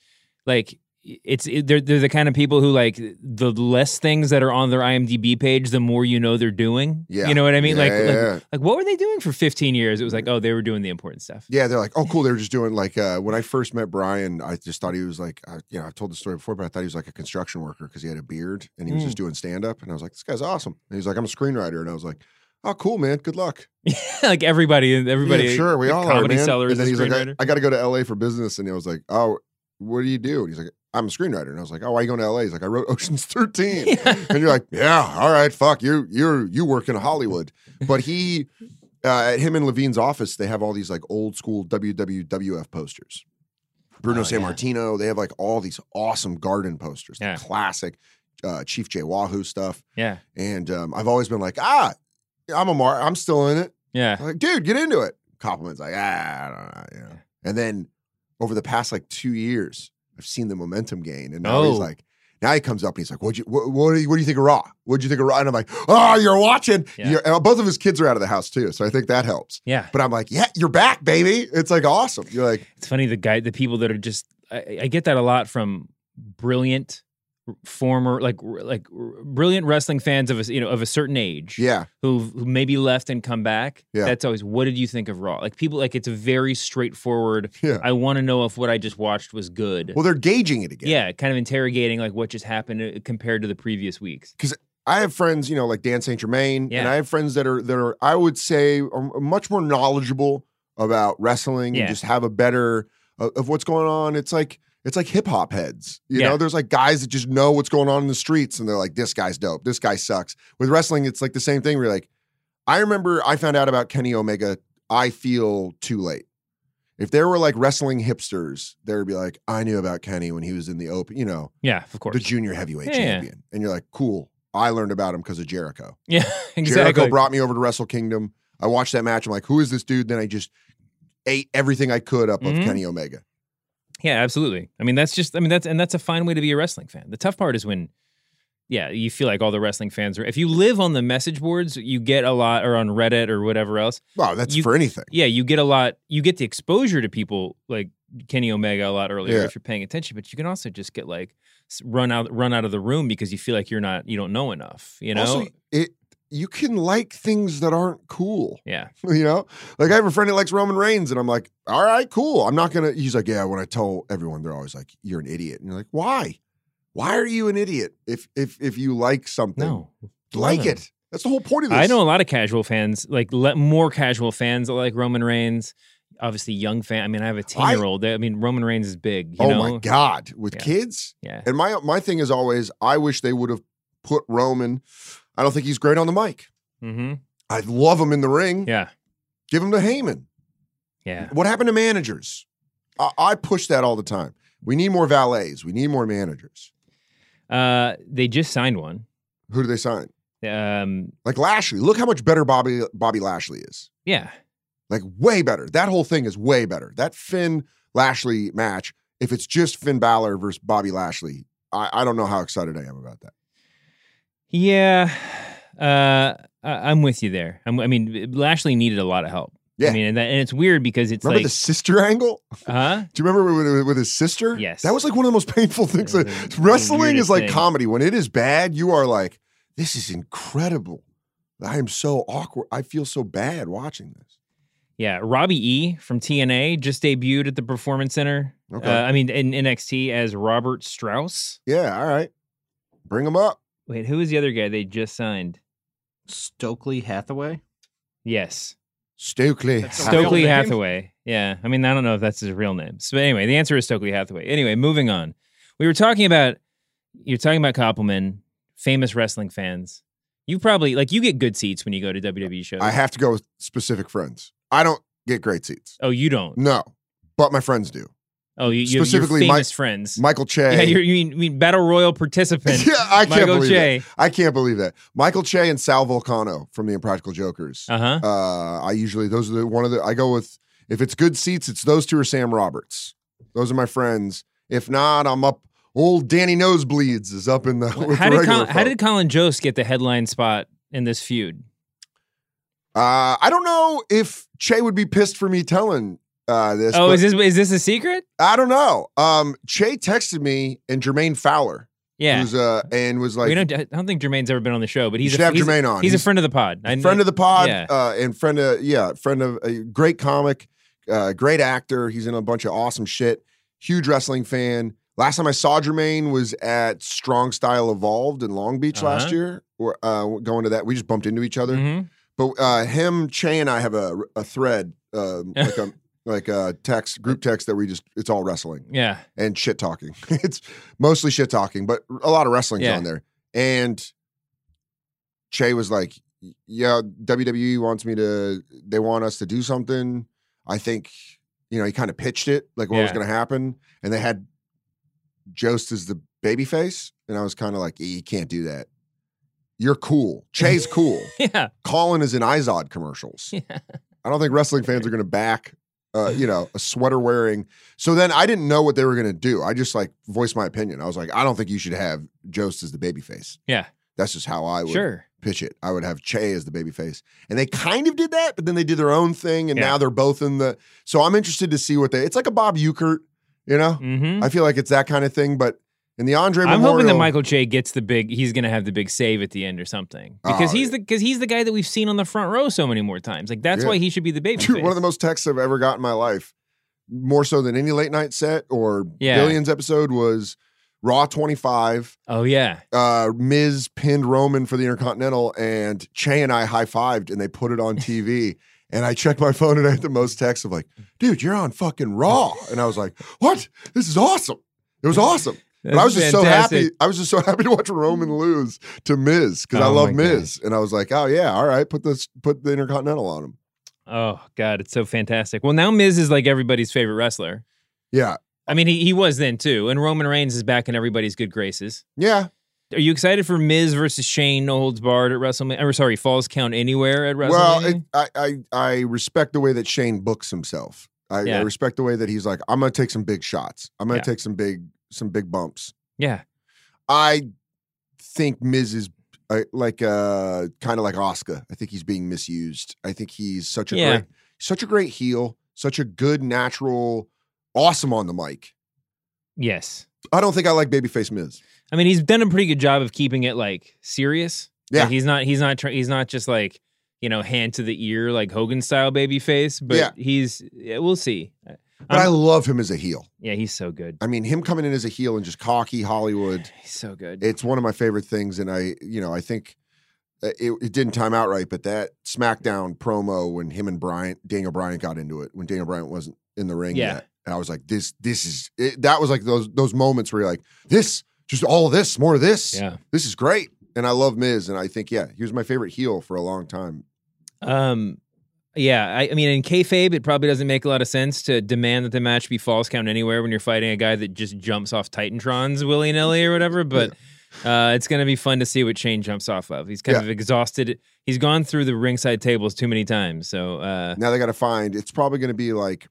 Speaker 11: like it's it, they're they're the kind of people who like the less things that are on their IMDb page, the more you know they're doing.
Speaker 12: Yeah.
Speaker 11: you know what I mean.
Speaker 12: Yeah,
Speaker 11: like,
Speaker 12: yeah,
Speaker 11: like,
Speaker 12: yeah.
Speaker 11: like, what were they doing for 15 years? It was like, oh, they were doing the important stuff.
Speaker 12: Yeah, they're like, oh, cool. They were just doing like uh, when I first met Brian, I just thought he was like, I, you know, I've told the story before, but I thought he was like a construction worker because he had a beard and he was
Speaker 11: Mm.
Speaker 12: just doing stand up. And I was like, this guy's awesome. And he's like, I'm a screenwriter, and I was like, oh, cool, man. Good luck.
Speaker 11: like everybody, everybody.
Speaker 12: Yeah, sure, we all are,
Speaker 11: comedy
Speaker 12: man.
Speaker 11: seller is
Speaker 12: and then
Speaker 11: a
Speaker 12: he's like, I,
Speaker 11: screenwriter.
Speaker 12: I got to go to L.A. for business, and he was like, oh, what do you do? And he's like, I'm a screenwriter, and I was like, oh, why you going to L.A.? He's like, I wrote Ocean's Thirteen, and you're like, yeah, all right, fuck, you, you, you work in Hollywood, but he. Uh, at him and Levine's office, they have all these like old school WWWF posters. Bruno
Speaker 11: Oh,
Speaker 12: San
Speaker 11: yeah.
Speaker 12: Martino, they have like all these awesome garden posters, the
Speaker 11: Yeah.
Speaker 12: classic uh, Chief J Wahoo stuff.
Speaker 11: Yeah,
Speaker 12: And um, I've always been like, ah, I'm a mar, I'm still in it.
Speaker 11: yeah.
Speaker 12: I'm like, dude, get into it. Compliments like, ah, I don't know, you know. And then over the past like two years, I've seen the momentum gain, and now
Speaker 11: Oh.
Speaker 12: he's like, now he comes up and he's like, "What you what, what, do you, what do you think of Raw? What do you think of Raw?" And I'm like, "Oh, you're watching."
Speaker 11: Yeah.
Speaker 12: You're, and both of his kids are out of the house too, so I think that helps.
Speaker 11: Yeah.
Speaker 12: But I'm like, "Yeah, you're back, baby." It's like awesome. You're like,
Speaker 11: It's funny the guy, the people that are just. I, I get that a lot from brilliant r- former like r- like r- brilliant wrestling fans of a you know of a certain age
Speaker 12: "Yeah,
Speaker 11: who've- who maybe left and come back
Speaker 12: Yeah.
Speaker 11: that's always what did you think of raw like people like it's a very straightforward
Speaker 12: Yeah.
Speaker 11: i want to know if what i just watched was good
Speaker 12: well, they're gauging it again."
Speaker 11: yeah kind of interrogating like what just happened uh, compared to the previous weeks
Speaker 12: I have friends, you know, like Dan St. Germain, and
Speaker 11: Yeah.
Speaker 12: I have friends that are that are I would say are much more knowledgeable about wrestling
Speaker 11: Yeah.
Speaker 12: and just have a better uh, of what's going on. It's like it's like hip hop heads, you
Speaker 11: Yeah.
Speaker 12: know. There's like guys that just know what's going on in the streets, and they're like, "This guy's dope. This guy sucks." With wrestling, it's like the same thing. Where you're like, I remember I found out about Kenny Omega. I feel too late. If there were like wrestling hipsters, there would be like, I knew about Kenny when he was in the open, you know,
Speaker 11: yeah of course
Speaker 12: the junior heavyweight
Speaker 11: Yeah.
Speaker 12: champion. And you're like, cool. I learned about him because of Jericho.
Speaker 11: yeah exactly
Speaker 12: Jericho brought me over to Wrestle Kingdom. I watched that match. I'm like, who is this dude? Then I just ate everything I could up
Speaker 11: Mhm.
Speaker 12: of Kenny Omega.
Speaker 11: Yeah, absolutely. I mean, that's just, I mean, that's, and that's a fine way to be a wrestling fan. The tough part is when, yeah, you feel like all the wrestling fans are, if you live on the message boards, you get a lot, or on Reddit or whatever else.
Speaker 12: Wow, that's
Speaker 11: You-
Speaker 12: for anything.
Speaker 11: Yeah, you get a lot, you get the exposure to people like Kenny Omega a lot earlier
Speaker 12: Yeah.
Speaker 11: if you're paying attention, but you can also just get like s- run out, run out of the room because you feel like you're not, you don't know enough, you know?
Speaker 12: Also, it you can like things that aren't cool.
Speaker 11: yeah.
Speaker 12: You know, like I have a friend that likes Roman Reigns, and I'm like, all right, cool. I'm not gonna. He's like, yeah. When I tell everyone, they're always like, you're an idiot, and you're like, why? Why are you an idiot if if if you like something?
Speaker 11: No.
Speaker 12: like
Speaker 11: Love him.
Speaker 12: it. That's the whole point of this.
Speaker 11: I know a lot of casual fans, like le- more casual fans that like Roman Reigns. Obviously, young fan. I mean, I have a ten
Speaker 12: I-
Speaker 11: year old. I mean, Roman Reigns is big. You
Speaker 12: oh
Speaker 11: know?
Speaker 12: my god, with
Speaker 11: Yeah.
Speaker 12: kids.
Speaker 11: Yeah.
Speaker 12: And my my thing is always, I wish they would have put Roman. I don't think he's great on the mic.
Speaker 11: Mm-hmm.
Speaker 12: I love him in the ring.
Speaker 11: Yeah.
Speaker 12: Give him to Heyman.
Speaker 11: Yeah.
Speaker 12: What happened to managers? I, I push that all the time. We need more valets. We need more managers.
Speaker 11: Uh, they just signed one.
Speaker 12: Who do they sign?
Speaker 11: Um,
Speaker 12: Like Lashley. Look how much better Bobby Bobby Lashley is.
Speaker 11: yeah.
Speaker 12: Like way better. That whole thing is way better. That Finn Lashley match. If it's just Finn Balor versus Bobby Lashley, I, I don't know how excited I am about that.
Speaker 11: Yeah. Uh, I- I'm with you there. I'm, I mean, Lashley needed a lot of help. I
Speaker 12: Yeah.
Speaker 11: mean, and, that, and it's weird because it's
Speaker 12: Remember the
Speaker 11: like, uh-huh.
Speaker 12: sister angle?
Speaker 11: huh?
Speaker 12: Do you remember with, with his sister?
Speaker 11: Yes.
Speaker 12: That was like one of the most painful things.
Speaker 11: It was the
Speaker 12: Wrestling
Speaker 11: weirdest
Speaker 12: is like
Speaker 11: thing.
Speaker 12: comedy. When it is bad, you are like, this is incredible. I am so awkward. I feel so bad watching this.
Speaker 11: Yeah, Robbie E from TNA just debuted at the Performance Center.
Speaker 12: Okay.
Speaker 11: Uh, I mean, in NXT as Robert Strauss.
Speaker 12: Yeah, all right. Bring him up.
Speaker 11: Wait, who was the other guy they just signed?
Speaker 13: Stokely Hathaway.
Speaker 11: Yes.
Speaker 12: Stokely.
Speaker 13: That's a real
Speaker 11: Stokely
Speaker 13: name?
Speaker 11: Hathaway. Yeah. I mean, I don't know if that's his real name. So, but anyway, the answer is Stokely Hathaway. Anyway, moving on. We were talking about, you're talking about Koppelman, famous wrestling fans. You probably, like, you get good seats when you go to WWE shows.
Speaker 12: I have to go with specific friends. I don't get great seats.
Speaker 11: oh, you don't?
Speaker 12: No, but my friends do.
Speaker 11: Oh, you, you
Speaker 12: Specifically,
Speaker 11: your
Speaker 12: my-
Speaker 11: famous friends.
Speaker 12: Michael Che.
Speaker 11: yeah, you're, you mean, you mean Battle Royal participant.
Speaker 12: Yeah, I can't
Speaker 11: Michael
Speaker 12: believe
Speaker 11: Che.
Speaker 12: that. I can't believe that. Michael Che and Sal Volcano from the Impractical Jokers.
Speaker 11: Uh huh.
Speaker 12: Uh, I usually those are the one of the I go with if it's good seats, it's those two or Sam Roberts. Those are my friends. If not, I'm up. Old Danny Nosebleeds is up in the. With
Speaker 11: How did,
Speaker 12: the regular
Speaker 11: Colin, how
Speaker 12: folk.
Speaker 11: did Colin Jost get the headline spot in this feud?
Speaker 12: Uh, I don't know if Che would be pissed for me telling uh, this.
Speaker 11: Oh,
Speaker 12: but-
Speaker 11: is this is this a secret?
Speaker 12: I don't know. Um, Che texted me and Jermaine Fowler.
Speaker 11: Yeah.
Speaker 12: Who's, uh, and was like,
Speaker 11: we don't, I don't think Jermaine's ever been on the show, but
Speaker 12: You
Speaker 11: he's
Speaker 12: should
Speaker 11: a,
Speaker 12: have
Speaker 11: he's,
Speaker 12: Jermaine on.
Speaker 11: He's,
Speaker 12: He's-
Speaker 11: a friend of the pod. I-
Speaker 12: friend of the pod
Speaker 11: Yeah.
Speaker 12: uh, and friend of yeah friend of a great comic uh, great actor he's in a bunch of awesome shit huge wrestling fan last time i saw jermaine was at strong style evolved in long beach last
Speaker 11: Uh-huh.
Speaker 12: year We're, uh, going to that we just bumped into each other
Speaker 11: Mhm.
Speaker 12: but uh, him Che and i have a, a thread um, like a like a text group text that we just it's all wrestling
Speaker 11: Yeah.
Speaker 12: and shit talking. it's mostly shit talking, but a lot of wrestling's
Speaker 11: Yeah.
Speaker 12: on there. And Che was like, "Yeah, WWE wants me to. They want us to do something. I think you know." He kind of pitched it, like what was
Speaker 11: Yeah.
Speaker 12: going to happen, and they had Jost as the baby face, and I was kind of like, "Eh, "You can't do that. You're cool. Che's cool.
Speaker 11: Yeah.
Speaker 12: Colin is in Izod commercials.
Speaker 11: Yeah.
Speaker 12: I don't think wrestling fans are going to back, uh, you know, a sweater wearing. So then I didn't know what they were going to do. I just like voiced my opinion. I was like, I don't think you should have Jost as the babyface.
Speaker 11: Yeah.
Speaker 12: That's just how I would
Speaker 11: Sure.
Speaker 12: pitch it. I would have Che as the babyface, and they kind of did that, but then they did their own thing, and now they're both in the. So I'm interested to see what they. It's like a Bob Euchert, you know.
Speaker 11: Mhm.
Speaker 12: I feel like it's that kind of thing, but in the Andre,
Speaker 11: I'm
Speaker 12: Memorial,
Speaker 11: hoping that Michael Che gets the big. He's gonna have the big save at the end or something because
Speaker 12: Oh,
Speaker 11: he's the because he's the guy that we've seen on the front row so many more times. Like that's
Speaker 12: Yeah.
Speaker 11: why he should be the baby.
Speaker 12: Dude, one of the most texts I've ever got in my life, more so than any late night set or
Speaker 11: Yeah.
Speaker 12: Billions episode, was Raw 25.
Speaker 11: Oh yeah,
Speaker 12: Uh, Miz pinned Roman for the Intercontinental, and Che and I high fived, and they put it on TV. and I checked my phone, and I had the most texts of like, "Dude, you're on fucking Raw," and I was like, "What? This is awesome! It was awesome." But I
Speaker 11: That's
Speaker 12: was just so happy.
Speaker 11: fantastic.
Speaker 12: I was just so happy to watch Roman lose to Miz because I
Speaker 11: Oh
Speaker 12: love
Speaker 11: my God.
Speaker 12: Miz, and I was like, "Oh yeah, all right, put this, put the Intercontinental on him."
Speaker 11: Oh god, it's so fantastic. Well, now Miz is like everybody's favorite wrestler.
Speaker 12: Yeah,
Speaker 11: I mean, he he was then too, and Roman Reigns is back in everybody's good graces.
Speaker 12: yeah.
Speaker 11: Are you excited for Miz versus Shane No Holds Barred at WrestleMania? Or sorry, Falls Count Anywhere at WrestleMania?
Speaker 12: Well, it, I, I I respect the way that Shane books himself. I, I
Speaker 11: Yeah.
Speaker 12: respect the way that he's like, I'm gonna take some big shots. I'm gonna
Speaker 11: Yeah.
Speaker 12: take some big some big bumps.
Speaker 11: yeah,
Speaker 12: I think Miz is uh, like uh kind of like Oscar. I think he's being misused. I think he's such a
Speaker 11: Yeah.
Speaker 12: great such a great heel, such a good natural, awesome on the mic.
Speaker 11: yes.
Speaker 12: I don't think I like babyface Miz.
Speaker 11: I mean, he's done a pretty good job of keeping it like serious.
Speaker 12: Yeah.
Speaker 11: Like, he's not. He's not. Tr- he's not just like you know hand to the ear like Hogan style baby face. But
Speaker 12: Yeah.
Speaker 11: he's. Yeah, we'll see.
Speaker 12: But i
Speaker 11: I'm-
Speaker 12: love him as a heel.
Speaker 11: yeah, he's so good.
Speaker 12: I mean, him coming in as a heel and just cocky Hollywood.
Speaker 11: He's so good.
Speaker 12: it's one of my favorite things and i you know i think uh, it, it didn't time out right but that smackdown promo when him and bryant daniel bryant got into it when daniel bryant wasn't in the ring
Speaker 11: Yeah.
Speaker 12: yet and i was like this this is it, that was like those those moments where you're like this just all of this more of this
Speaker 11: Yeah.
Speaker 12: this is great and i love miz and i think yeah he was my favorite heel for a long time
Speaker 11: Um, yeah, I, I mean, in kayfabe, it probably doesn't make a lot of sense to demand that the match be false count anywhere when you're fighting a guy that just jumps off Titantrons willy nilly or whatever. But uh, it's gonna be fun to see what Shane jumps off of. He's kind
Speaker 12: Yeah.
Speaker 11: of exhausted. He's gone through the ringside tables too many times. So uh,
Speaker 12: now they gotta find it's probably gonna be like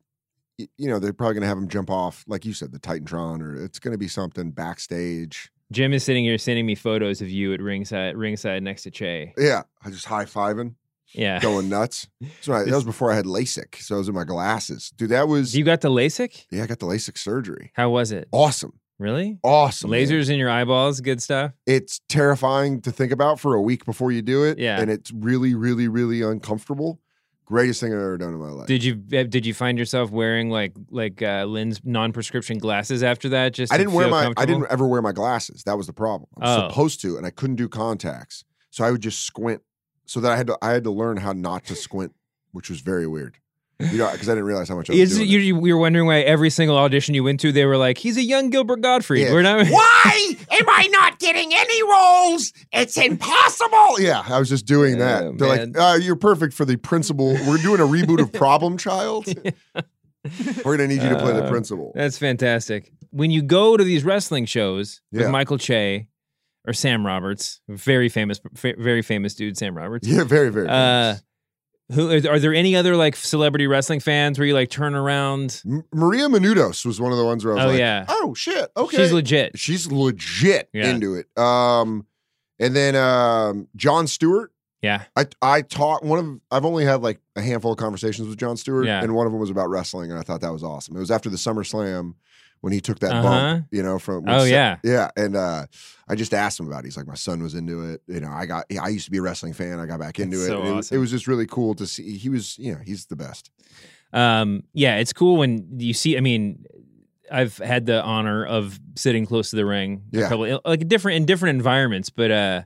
Speaker 12: y- you know they're probably gonna have him jump off like you said the titantron or it's gonna be something backstage
Speaker 11: Jim is sitting here sending me photos of you at ringside, ringside next to Che.
Speaker 12: yeah i just high-fiving
Speaker 11: Yeah,
Speaker 12: going nuts. That's right. That was before I had LASIK, so I was in my glasses. Dude, that was
Speaker 11: you got the LASIK.
Speaker 12: yeah. I got the LASIK surgery.
Speaker 11: How was it?
Speaker 12: Awesome,
Speaker 11: Really?
Speaker 12: awesome. man.
Speaker 11: Lasers in your eyeballs, good stuff.
Speaker 12: It's terrifying to think about for a week before you do it.
Speaker 11: Yeah.
Speaker 12: and it's really, really, really uncomfortable. Greatest thing I've ever done in my life.
Speaker 11: Did you eh, did you find yourself wearing like like uh, lens non prescription glasses after that? Just
Speaker 12: I
Speaker 11: to
Speaker 12: didn't wear
Speaker 11: feel
Speaker 12: my. I didn't
Speaker 11: comfortable?
Speaker 12: ever wear my glasses. That was the problem. I was
Speaker 11: Oh.
Speaker 12: supposed to, and I couldn't do contacts, so I would just squint. So that I had to. I had to learn how not to squint, which was very weird. You know, because I didn't realize how much I was
Speaker 11: Is it-
Speaker 12: doing. it.
Speaker 11: you, you, you're wondering why every single audition you went to, they were like, "He's a young Gilbert Godfrey."
Speaker 12: Yeah.
Speaker 11: We're not.
Speaker 12: Why am I not getting any roles? It's impossible. Yeah, I was just doing that.
Speaker 11: Oh,
Speaker 12: They're
Speaker 11: man.
Speaker 12: like, uh, you're perfect for the principal. We're doing a reboot of Problem Child. We're gonna need you to play the
Speaker 11: Uh,
Speaker 12: principal.
Speaker 11: That's fantastic. When you go to these wrestling shows
Speaker 12: Yeah.
Speaker 11: with Michael Che or Sam Roberts, very famous, fa- very famous dude, Sam Roberts.
Speaker 12: Yeah, very, very.
Speaker 11: Uh,
Speaker 12: nice.
Speaker 11: who are there any other like celebrity wrestling fans where you like turn around?
Speaker 12: M- Maria Menounos was one of the ones where I was
Speaker 11: Oh
Speaker 12: like,
Speaker 11: yeah,
Speaker 12: "Oh shit, okay."
Speaker 11: she's legit.
Speaker 12: She's legit
Speaker 11: Yeah.
Speaker 12: into it. Um, and then um, John Stewart
Speaker 11: Yeah.
Speaker 12: I I taught one of I've only had like a handful of conversations with John Stewart,
Speaker 11: Yeah.
Speaker 12: and one of them was about wrestling, and I thought that was awesome. It was after the Summer Slam when he took that
Speaker 11: Uh-huh.
Speaker 12: bump, you know, from
Speaker 11: Oh,
Speaker 12: Sa-
Speaker 11: yeah.
Speaker 12: yeah, and uh, I just asked him about. it. He's like, my son was into it, you know. I got yeah, I used to be a wrestling fan. I got back into
Speaker 11: That's
Speaker 12: it.
Speaker 11: so
Speaker 12: and it-
Speaker 11: awesome.
Speaker 12: It was just really cool to see. He was, you know, he's the best.
Speaker 11: Um, yeah, it's cool when you see. I mean, I've had the honor of sitting close to the ring, a
Speaker 12: Yeah.
Speaker 11: couple, like different in different environments, but uh,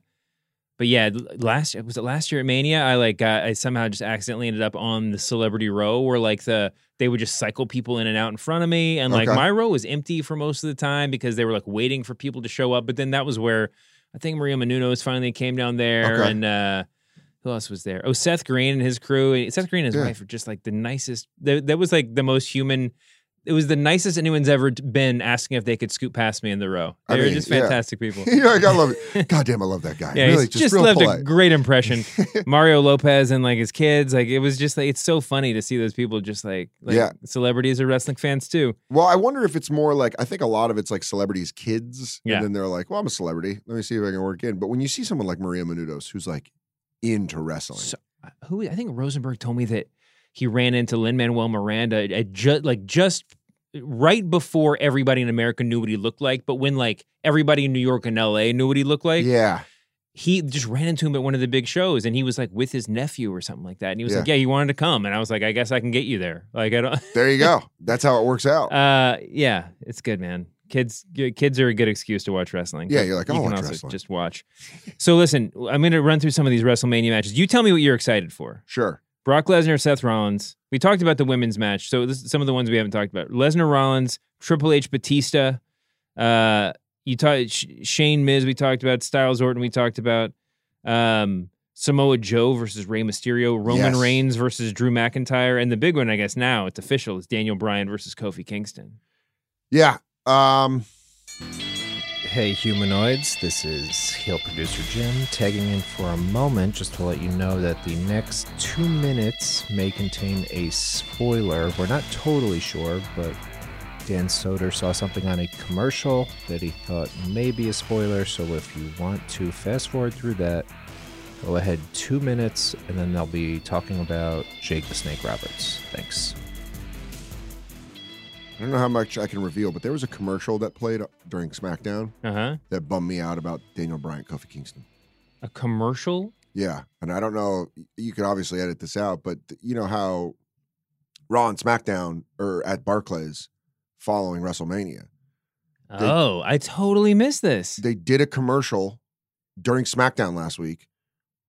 Speaker 11: but yeah, l- last was it last year at Mania? I like got, I somehow just accidentally ended up on the celebrity row where like the they would just cycle people in and out in front of me, and like
Speaker 12: Okay.
Speaker 11: my row was empty for most of the time because they were like waiting for people to show up. But then that was where I think Maria Menounos finally came down there,
Speaker 12: Okay.
Speaker 11: and uh, who else was there? Oh, Seth Green and his crew. Seth Green and his
Speaker 12: Yeah.
Speaker 11: wife are just like the nicest. They, that was like the most human. It was the nicest anyone's ever t- been asking if they could scoot past me in the row.
Speaker 12: I
Speaker 11: They were
Speaker 12: mean,
Speaker 11: just
Speaker 12: yeah.
Speaker 11: fantastic people.
Speaker 12: yeah, I gotta love it. God damn, I love that guy.
Speaker 11: Yeah,
Speaker 12: really,
Speaker 11: he's
Speaker 12: just,
Speaker 11: just,
Speaker 12: real
Speaker 11: left
Speaker 12: polite.
Speaker 11: a great impression. Mario Lopez and like his kids, like it was just like it's so funny to see those people just like, like
Speaker 12: Yeah.
Speaker 11: celebrities are wrestling fans too.
Speaker 12: Well, I wonder if it's more like I think a lot of it's like celebrities' kids,
Speaker 11: Yeah.
Speaker 12: and then they're like, "Well, I'm a celebrity. Let me see if I can work in." But when you see someone like Maria Menounos, who's like into wrestling,
Speaker 11: So- uh, Who I think Rosenberg told me that he ran into Lin Manuel Miranda at ju- like just right before everybody in America knew what he looked like, but when like everybody in New York and LA knew what he looked like,
Speaker 12: yeah,
Speaker 11: he just ran into him at one of the big shows and he was like with his nephew or something like that. And he was
Speaker 12: Yeah.
Speaker 11: like, Yeah, he wanted to come. And I was like, I guess I can get you there. Like I don't
Speaker 12: there you go. That's how it works out.
Speaker 11: Uh, yeah, it's good, man. Kids, y- kids are a good excuse to watch wrestling.
Speaker 12: Yeah,
Speaker 11: but
Speaker 12: you're like,
Speaker 11: you
Speaker 12: I'll
Speaker 11: can
Speaker 12: watch
Speaker 11: also
Speaker 12: wrestling.
Speaker 11: just watch. So listen, I'm going to run through some of these WrestleMania matches. You tell me what you're excited for.
Speaker 12: sure.
Speaker 11: Brock Lesnar, Seth Rollins. We talked about the women's match, so this is some of the ones we haven't talked about: Lesnar, Rollins, Triple H, Batista. Uh, you talked Sh- Shane, Miz. We talked about Styles, Orton. We talked about um, Samoa Joe versus Rey Mysterio, Roman
Speaker 12: Yes.
Speaker 11: Reigns versus Drew McIntyre, and the big one, I guess now it's official: is Daniel Bryan versus Kofi Kingston.
Speaker 12: Yeah. Um.
Speaker 14: Hey humanoids, this is Heel Producer Jim tagging in for a moment just to let you know that the next two minutes may contain a spoiler. We're not totally sure, but Dan Soder saw something on a commercial that he thought may be a spoiler, so if you want to fast forward through that, go ahead two minutes and then they'll be talking about Jake the Snake Roberts. Thanks.
Speaker 12: I don't know how much I can reveal, but there was a commercial that played during SmackDown
Speaker 11: Uh huh.
Speaker 12: that bummed me out about Daniel Bryan, Kofi Kingston.
Speaker 11: A commercial.
Speaker 12: Yeah, and I don't know. You could obviously edit this out, but you know how Raw and SmackDown or at Barclays following WrestleMania, They-
Speaker 11: oh, I totally missed this.
Speaker 12: they did a commercial during SmackDown last week,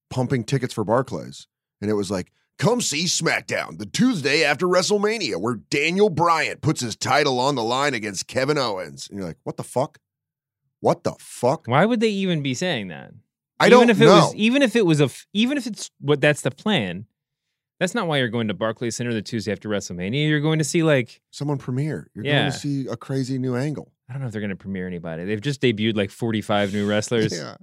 Speaker 12: pumping tickets for Barclays, and it was like, "Come see SmackDown the Tuesday after WrestleMania, where Daniel Bryant puts his title on the line against Kevin Owens." And you're like, "What the fuck? What the fuck?"
Speaker 11: Why would they even be saying that?
Speaker 12: I
Speaker 11: even
Speaker 12: don't
Speaker 11: if it
Speaker 12: know.
Speaker 11: was e even if it was a f- even if it's what that's the plan. That's not why you're going to Barclays Center the Tuesday after WrestleMania. You're going to see like
Speaker 12: Someone premiere. You're
Speaker 11: Yeah.
Speaker 12: going to see a crazy new angle.
Speaker 11: I don't know if they're going to premiere anybody. They've just debuted like 45 new wrestlers.
Speaker 12: Yeah.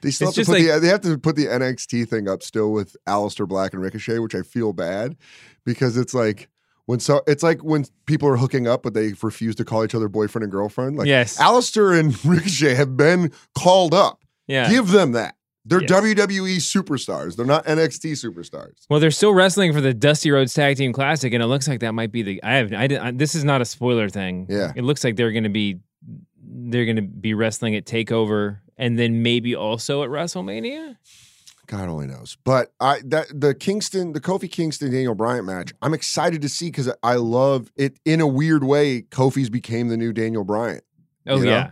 Speaker 12: They still
Speaker 11: It's
Speaker 12: have to
Speaker 11: just
Speaker 12: put the they have to put the NXT thing up still with Aleister Black and Ricochet, which I feel bad because it's like when so it's like when people are hooking up but they refuse to call each other boyfriend and girlfriend. Like
Speaker 11: Yes.
Speaker 12: Alistair and Ricochet have been called up.
Speaker 11: Yeah.
Speaker 12: Give them that. They're
Speaker 11: Yes.
Speaker 12: WWE superstars. They're not NXT superstars.
Speaker 11: Well, they're still wrestling for the Dusty Rhodes Tag Team Classic, and it looks like that might be the. I have. I, didn't- I this is not a spoiler thing.
Speaker 12: Yeah.
Speaker 11: It looks like they're going to be, they're going to be wrestling at Takeover, and then maybe also at WrestleMania.
Speaker 12: God only knows. But I that the Kingston, the Kofi Kingston Daniel Bryant match, I'm excited to see because I love it in a weird way. Kofi's became the new Daniel Bryant.
Speaker 11: Oh
Speaker 12: You know?
Speaker 11: yeah.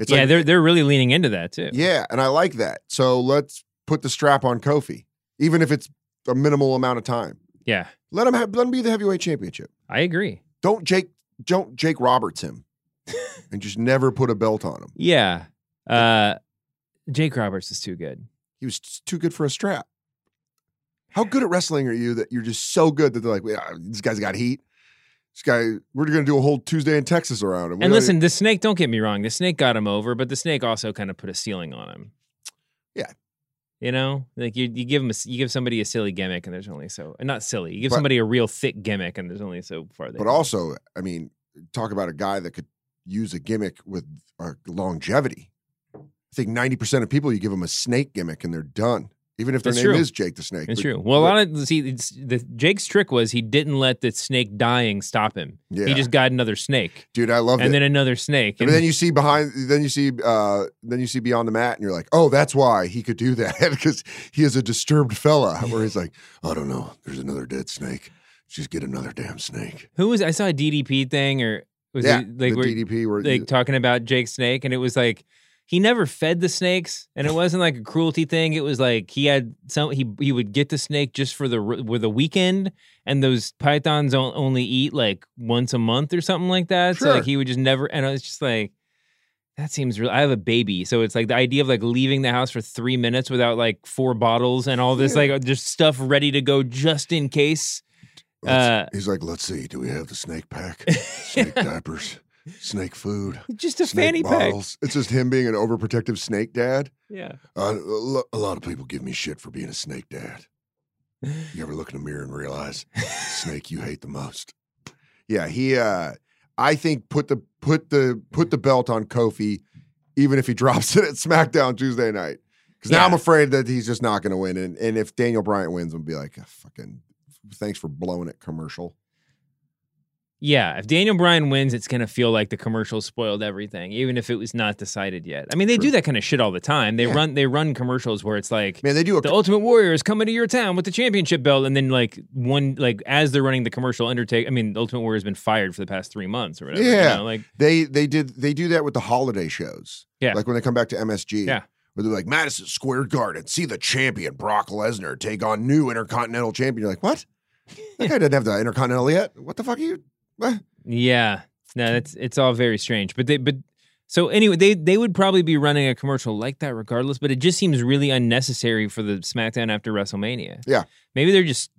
Speaker 12: It's
Speaker 11: yeah,
Speaker 12: like-
Speaker 11: they're they're really leaning into that too.
Speaker 12: Yeah, and I like that. So let's put the strap on Kofi, even if it's a minimal amount of time.
Speaker 11: Yeah,
Speaker 12: Let him have, let him be the heavyweight championship.
Speaker 11: I agree.
Speaker 12: Don't Jake don't Jake Roberts him, and just never put a belt on him.
Speaker 11: Yeah. Uh Jake Roberts is too good.
Speaker 12: He was just too good for a strap. How good at wrestling are you that you're just so good that they're like, "Yeah, this guy's got heat. This guy, we're going to do a whole Tuesday in Texas around him. We
Speaker 11: And
Speaker 12: don't-
Speaker 11: listen, the snake, don't get me wrong, the snake got him over, but the snake also kind of put a ceiling on him.
Speaker 12: Yeah.
Speaker 11: You know, like you, you give him a, s- you give somebody a silly gimmick and there's only so not silly. You give
Speaker 12: But-
Speaker 11: somebody a real thick gimmick and there's only so far they
Speaker 12: but
Speaker 11: can go.
Speaker 12: also, I mean, talk about a guy that could use a gimmick with uh, longevity. I think 90% of people, you give them a snake gimmick and they're done. even if their
Speaker 11: That's
Speaker 12: name
Speaker 11: true.
Speaker 12: is Jake the Snake.
Speaker 11: It's
Speaker 12: But-
Speaker 11: true. Well, a lot of see, it's, the Jake's trick was he didn't let the snake dying stop him.
Speaker 12: Yeah.
Speaker 11: He just got another snake,
Speaker 12: dude, I love
Speaker 11: and
Speaker 12: it.
Speaker 11: then another snake,
Speaker 12: But
Speaker 11: and
Speaker 12: then you see behind, then you see, uh, then you see beyond the mat, and you're like, oh, that's why he could do that because he is a disturbed fella. Where he's like, I don't know, there's another dead snake. Just get another damn snake.
Speaker 11: who was I saw a DDP thing or was
Speaker 12: yeah,
Speaker 11: it like
Speaker 12: the
Speaker 11: where,
Speaker 12: DDP where
Speaker 11: like talking about Jake Snake, and it was like he never fed the snakes, and it wasn't like a cruelty thing. It was like he had some he he would get the snake just for the r- with the weekend, and those pythons on- only eat like once a month or something like that. So
Speaker 15: Sure.
Speaker 11: like he would just never, and I was just like. That seems real. I have a baby, so it's like the idea of like leaving the house for three minutes without like four bottles and all this like uh, just stuff ready to go just in case. Uh,
Speaker 12: Let's- he's like, let's see, do we have the snake pack, snake diapers, snake food,
Speaker 11: Just a
Speaker 12: snake
Speaker 11: fanny pack.
Speaker 12: It's just him being an overprotective snake dad.
Speaker 11: Yeah.
Speaker 12: Uh, a lo- a lot of people give me shit for being a snake dad. You ever look in the mirror and realize snake you hate the most? Yeah, he. uh I think put the put the put the belt on Kofi, even if he drops it at SmackDown Tuesday night. Because now I'm afraid that he's just not going to win, and, and if Daniel Bryant wins, I'm be like, "Ah, fucking, thanks for blowing it commercial.
Speaker 11: Yeah, if Daniel Bryan wins, it's gonna feel like the commercial spoiled everything, even if it was not decided yet. I mean, they do that kind of shit all the time. They run they run commercials where it's like,
Speaker 12: man, they do
Speaker 11: the Ultimate Warrior is coming to your town with the championship belt, and then like one like as they're running the commercial, Undertaker. I mean, the Ultimate Warrior has been fired for the past three months or whatever. you
Speaker 12: Yeah,
Speaker 11: know, like
Speaker 12: they they did they do that with the holiday shows.
Speaker 11: Yeah.
Speaker 12: like when they come back to MSG.
Speaker 11: Yeah.
Speaker 12: where they're like Madison Square Garden, see the champion Brock Lesnar take on new Intercontinental Champion. You're like, what? That guy didn't have the Intercontinental yet. What the fuck are you? What?
Speaker 11: Yeah. No, that's it's all very strange. But they but so anyway, they they would probably be running a commercial like that regardless, but it just seems really unnecessary for the SmackDown after WrestleMania.
Speaker 12: Yeah.
Speaker 11: Maybe they're just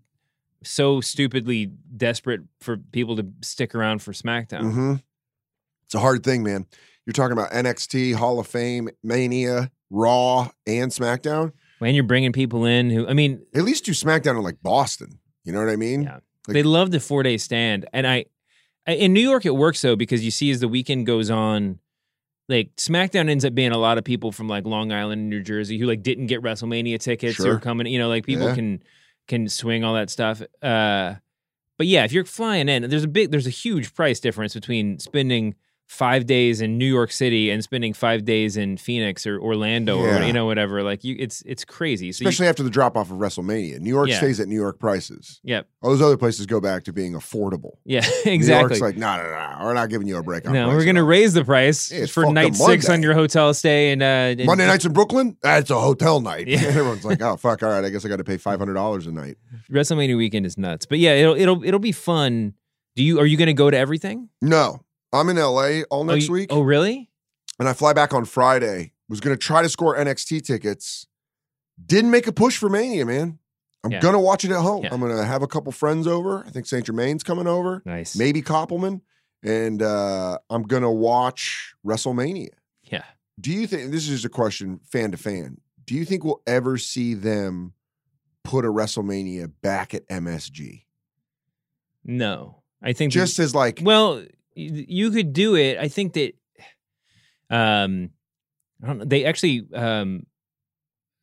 Speaker 11: so stupidly desperate for people to stick around for SmackDown.
Speaker 12: hmm It's a hard thing, man. You're talking about NXT Hall of Fame, Mania, Raw, and SmackDown.
Speaker 11: When you're bringing people in who I mean,
Speaker 12: at least do SmackDown in like Boston. You know what I mean? Yeah.
Speaker 11: they love the four day stand, and I I- in New York it works though because you see as the weekend goes on, like SmackDown ends up being a lot of people from like Long Island, and New Jersey, who like didn't get WrestleMania tickets
Speaker 15: Sure.
Speaker 11: or coming. You know, like people
Speaker 15: Yeah.
Speaker 11: can can swing all that stuff. Uh, but yeah, if you're flying in, there's a big, there's a huge price difference between spending five days in New York City and spending five days in Phoenix or Orlando or
Speaker 12: Yeah.
Speaker 11: you know whatever. Like you, it's it's crazy. So you-
Speaker 12: Especially after the drop off of WrestleMania. New York
Speaker 11: Yeah.
Speaker 12: stays at New York prices.
Speaker 11: Yep.
Speaker 12: All those other places go back to being affordable.
Speaker 11: Yeah,
Speaker 12: New
Speaker 11: exactly.
Speaker 12: York's like, no, no, no, we're not giving you a break on
Speaker 11: No,
Speaker 12: price.
Speaker 11: we're gonna raise the price
Speaker 12: Yeah, it's
Speaker 11: for
Speaker 12: fucking
Speaker 11: night six
Speaker 12: Monday.
Speaker 11: on your hotel stay and uh, and-
Speaker 12: Monday nights in Brooklyn? That's a hotel night.
Speaker 11: Yeah.
Speaker 12: Everyone's like, oh, fuck, all right, I guess I got to pay $500 a night.
Speaker 11: WrestleMania weekend is nuts. But yeah, it'll it'll it'll be fun. Do you are you gonna go to everything?
Speaker 12: No, I'm in LA all
Speaker 11: Oh,
Speaker 12: next
Speaker 11: you-
Speaker 12: week.
Speaker 11: Oh really?
Speaker 12: And I fly back on Friday. Was going to try to score NXT tickets. Didn't make a push for Mania, man. I'm
Speaker 11: Yeah.
Speaker 12: going to watch it at home.
Speaker 11: Yeah.
Speaker 12: I'm going to have a couple friends over. I think St. Germain's coming over.
Speaker 11: Nice.
Speaker 12: Maybe Koppelman. And uh, I'm going to watch WrestleMania.
Speaker 11: Yeah.
Speaker 12: Do you think this is just a question, fan to fan? Do you think we'll ever see them put a WrestleMania back at MSG?
Speaker 11: No, I think
Speaker 12: Just as like
Speaker 11: well, y- you could do it. I think that um, I don't know. They actually um,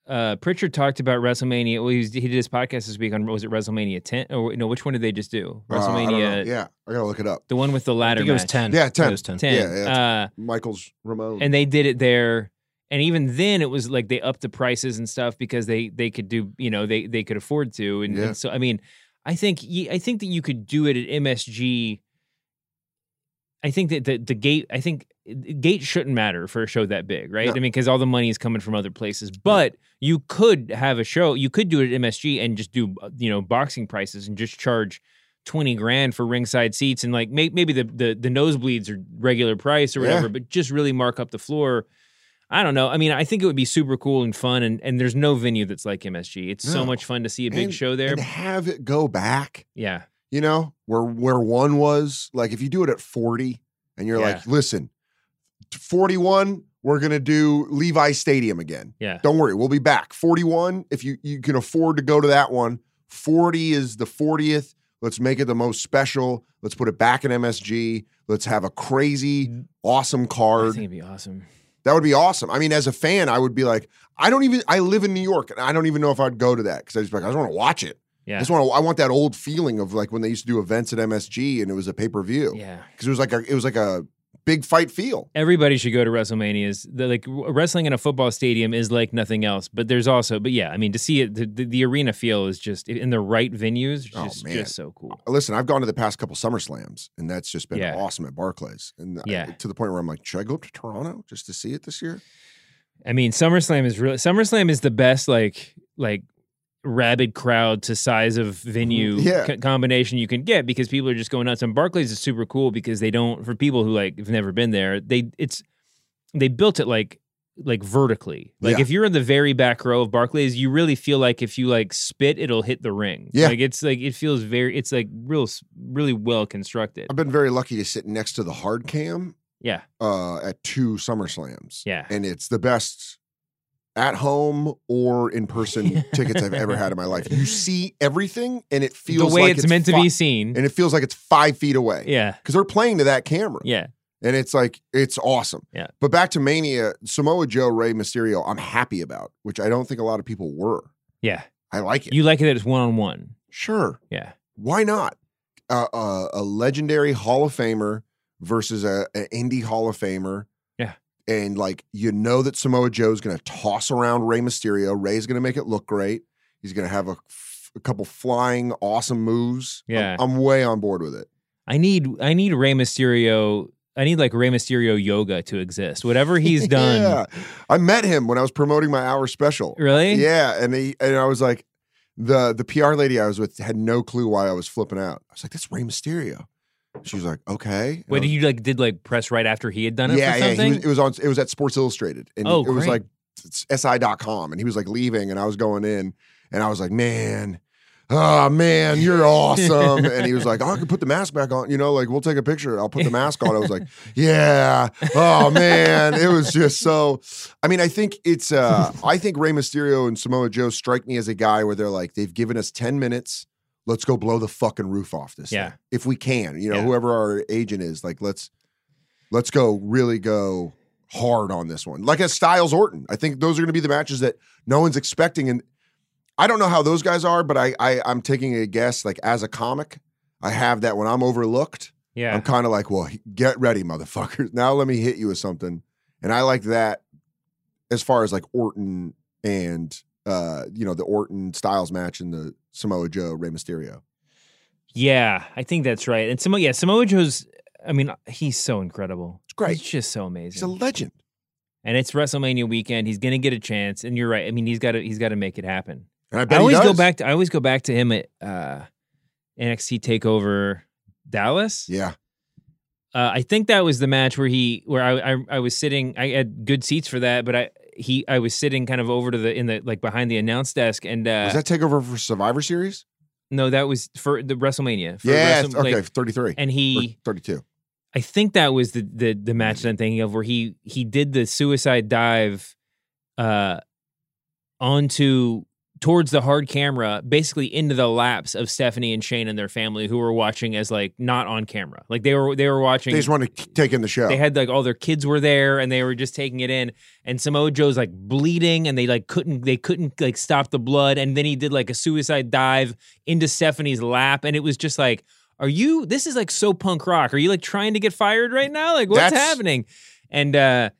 Speaker 11: uh, Pritchard talked about WrestleMania. Well, he, was, he did his podcast this week on was it WrestleMania ten or no? Which one did they just do?
Speaker 12: Uh, I don't know.
Speaker 11: WrestleMania.
Speaker 12: yeah, I gotta look it up.
Speaker 11: The one with the ladder.
Speaker 12: think it was
Speaker 11: match.
Speaker 12: 10. Yeah, 10.
Speaker 11: It was ten.
Speaker 12: Yeah, yeah.
Speaker 11: Uh,
Speaker 12: Michael's Ramon.
Speaker 11: and they did it there and even then it was like they upped the prices and stuff because they they could do you know they they could afford to and,
Speaker 15: Yeah.
Speaker 11: and so i mean i think ye- i think that you could do it at msg i think that the, the gate i think the gate shouldn't matter for a show that big right
Speaker 15: No.
Speaker 11: i mean because all the money is coming from other places but you could have a show you could do it at msg and just do uh, you know boxing prices and just charge 20 grand for ringside seats and like may, maybe the, the the nosebleeds are regular price or
Speaker 15: Yeah.
Speaker 11: whatever but just really mark up the floor i don't know i mean i think it would be super cool and fun and, and there's no venue that's like msg it's so
Speaker 12: No.
Speaker 11: much fun to see a big
Speaker 12: And-
Speaker 11: show there
Speaker 12: and have it go back.
Speaker 11: yeah
Speaker 12: You know where where one was like if you do it at forty and you're like, listen, forty one, we're gonna do Levi Stadium again.
Speaker 11: Yeah.
Speaker 12: don't worry, we'll be back. Forty one, if you you can afford to go to that one. Forty is the fortieth. Let's make it the most special. Let's put it back in MSG. Let's have a crazy, awesome
Speaker 11: i
Speaker 12: card.
Speaker 11: think it'd be awesome
Speaker 12: That would be awesome. I mean, as a fan, I would be like, I don't even. I live in New York, and I don't even know if I'd go to that because I just be like I just want to watch it.
Speaker 11: Yeah.
Speaker 12: I just want to. I want that old feeling of like when they used to do events at MSG and it was a pay per view.
Speaker 11: Yeah.
Speaker 12: because it was like a it was like a big fight feel.
Speaker 11: Everybody should go to WrestleManias. The, like w- wrestling in a football stadium is like nothing else. But there's also, but yeah, I mean, to see it, the, the, the arena feel is just in the right venues. Just,
Speaker 12: man.
Speaker 11: just so cool.
Speaker 12: Listen, I've gone to the past couple Summer Slams, and that's just been awesome at Barclays. And I-
Speaker 11: Yeah.
Speaker 12: to the point where I'm like, should I go up to Toronto just to see it this year?
Speaker 11: I mean, SummerSlam is really SummerSlam is the best like like rabid crowd to size of venue
Speaker 12: Mm-hmm. Yeah.
Speaker 11: co- combination you can get because people are just going nuts. And Barclays is super cool because they don't for people who like have never been there. They it's they built it like like vertically. Like
Speaker 12: Yeah.
Speaker 11: if you're in the very back row of Barclays, you really feel like if you like spit, it'll hit the ring.
Speaker 12: Yeah.
Speaker 11: like it's like it feels very. It's like real s- really well constructed.
Speaker 12: I've been very lucky to sit next to the hard cam
Speaker 11: Yeah,
Speaker 12: uh, at two Summer Slams.
Speaker 11: yeah.
Speaker 12: And it's the best at home or in person tickets I've ever had in my life. You see everything and it feels
Speaker 11: the way
Speaker 12: like
Speaker 11: it's, meant to
Speaker 12: fi-
Speaker 11: be seen.
Speaker 12: And it feels like it's five feet away.
Speaker 11: Yeah,
Speaker 12: Because they're playing to that camera.
Speaker 11: yeah.
Speaker 12: And it's like, it's awesome.
Speaker 11: Yeah.
Speaker 12: But back to Mania, Samoa Joe, Ray Mysterio, I'm happy about, which I don't think a lot of people were.
Speaker 11: Yeah.
Speaker 12: I like it.
Speaker 11: You like it that it's one on one.
Speaker 12: sure.
Speaker 11: Yeah.
Speaker 12: Why not? Uh, uh, a legendary Hall of Famer versus a, an indie Hall of Famer.
Speaker 11: Yeah.
Speaker 12: And like, you know that Samoa Joe's going to toss around Ray Mysterio. Ray's going to make it look great. He's going to have a, f- a couple flying awesome moves. I'm-
Speaker 11: Yeah.
Speaker 12: I'm, way on board with it.
Speaker 11: I need I need Rey Mysterio. I need like Rey Mysterio yoga to exist. Whatever he's done.
Speaker 12: yeah. I met him when I was promoting my hour special.
Speaker 11: Really?
Speaker 12: Yeah, and he and I was like, the the PR lady I was with had no clue why I was flipping out. I was like, that's Rey Mysterio. She was like, okay. And
Speaker 11: What
Speaker 12: I was-
Speaker 11: you like did like press right after he had done it
Speaker 12: yeah,
Speaker 11: for
Speaker 12: yeah.
Speaker 11: something?
Speaker 12: He was, it was on. It was at Sports Illustrated, and
Speaker 11: Oh,
Speaker 12: it was
Speaker 11: great.
Speaker 12: like s- si.com, and he was like leaving, and I was going in, and I was like, man. Oh man, you're awesome! And he was like, oh, "I can put the mask back on, you know, like we'll take a picture. I'll put the mask on." I was like, "Yeah, oh man, it was just so." I mean, I think it's. uh I think Rey Mysterio and Samoa Joe strike me as a guy where they're like, they've given us ten minutes. Let's go blow the fucking roof off this.
Speaker 11: Yeah.
Speaker 12: thing. if we can, you know,
Speaker 11: Yeah.
Speaker 12: whoever our agent is, like, let's let's go really go hard on this one. Like a Styles Orton. I think those are going to be the matches that no one's expecting. And I don't know how those guys are, but I, I I'm taking a guess. Like as a comic, I have that when I'm overlooked.
Speaker 11: yeah.
Speaker 12: I'm kind of like, well, he- get ready, motherfuckers. Now let me hit you with something. And I like that as far as like Orton and uh, you know, the Orton Styles match and the Samoa Joe Rey Mysterio.
Speaker 11: yeah, I think that's right. And Samoa yeah, Samoa Joe's I mean, he's so incredible. It's
Speaker 12: great.
Speaker 11: He's just so amazing.
Speaker 12: He's a legend.
Speaker 11: and it's WrestleMania weekend. He's gonna get a chance. And you're right. I mean, he's gotta he's gotta make it happen.
Speaker 12: And I bet
Speaker 11: I
Speaker 12: he
Speaker 11: always go
Speaker 12: does.
Speaker 11: back to I always go back to him at uh NXT takeover Dallas.
Speaker 12: Yeah.
Speaker 11: Uh, I think that was the match where he where I, I I was sitting. I had good seats for that, but I he I was sitting kind of over to the in the like behind the announce desk and uh,
Speaker 12: Was that takeover for Survivor Series?
Speaker 11: no, that was for the WrestleMania. E For
Speaker 12: Yeah,
Speaker 11: Wrestle-
Speaker 12: okay,
Speaker 11: like,
Speaker 12: 33.
Speaker 11: and he.
Speaker 12: Or 32.
Speaker 11: I think that was the the the match that I'm thinking of where he he did the suicide dive uh onto towards the hard camera basically into the laps of Stephanie and Shane and their family who were watching as like not on camera. Like they were they were watching
Speaker 12: They just want to take in the show.
Speaker 11: They had like all their kids were there and they were just taking it in. And Samoa Joe's like bleeding and they like couldn't they couldn't like stop the blood. And then he did like a suicide dive into Stephanie's lap. And it was just like, are you this is like so punk rock. Are you like trying to get fired right now? Like what's
Speaker 12: That's-
Speaker 11: happening? And uh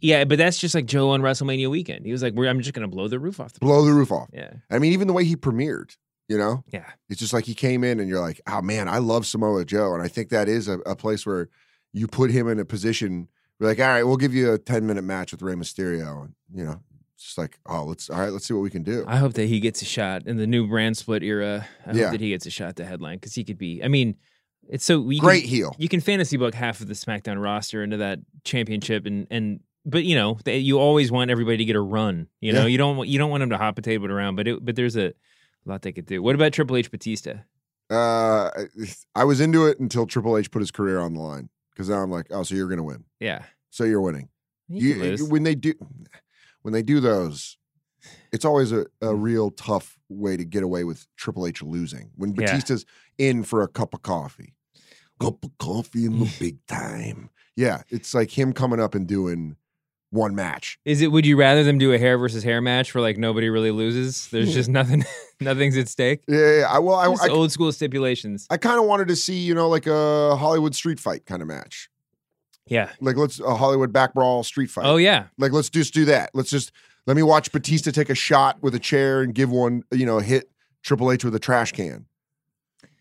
Speaker 11: yeah, but that's just like Joe on WrestleMania weekend. He was like, we're, I'm just gonna blow the roof off the
Speaker 12: blow the roof off.
Speaker 11: Yeah.
Speaker 12: I mean, even the way he premiered, you know,
Speaker 11: Yeah.
Speaker 12: it's just like he came in and you're like, oh man, I love Samoa Joe. And I think that is a, a place where you put him in a position, you're like, all right, we'll give you a 10 minute match with Rey Mysterio. And, you know, it's just like, oh, let's, all right, let's see what we can do.
Speaker 11: I hope that he gets a shot in the new brand split era. I
Speaker 12: Yeah.
Speaker 11: hope that he gets a shot to headline because he could be. I mean, it's so you
Speaker 12: Great
Speaker 11: Can,
Speaker 12: heel.
Speaker 11: you can fantasy book half of the SmackDown roster into that championship, and and but you know they, you always want everybody to get a run. You know
Speaker 12: Yeah.
Speaker 11: you don't want- you don't want them to hot potato it around, but it, but there's a lot they could do. What about Triple H Batista?
Speaker 12: Uh, I was into it until Triple H put his career on the line because now I'm like, oh, so you're going to win.
Speaker 11: Yeah,
Speaker 12: So you're winning.
Speaker 11: He
Speaker 12: You, eh,
Speaker 11: could lose.
Speaker 12: when they do, when they do those, it's always a, a
Speaker 11: Mm.
Speaker 12: real tough way to get away with Triple H losing. When
Speaker 11: Yeah.
Speaker 12: Batista's in for a cup of coffee, cup of coffee in the big time. Yeah, it's like him coming up and doing one match.
Speaker 11: Is it? Would you rather them do a hair versus hair match where like nobody really loses? There's just nothing, nothing's at stake.
Speaker 12: Yeah, yeah, I well, I,
Speaker 11: Just
Speaker 12: I,
Speaker 11: old school stipulations.
Speaker 12: I kind of wanted to see you know like a Hollywood street fight kind of match.
Speaker 11: Yeah.
Speaker 12: Like let's a Hollywood back brawl street fight.
Speaker 11: Oh yeah.
Speaker 12: Like let's just do that. Let's just let me watch Batista take a shot with a chair and give one you know hit Triple H with a trash can.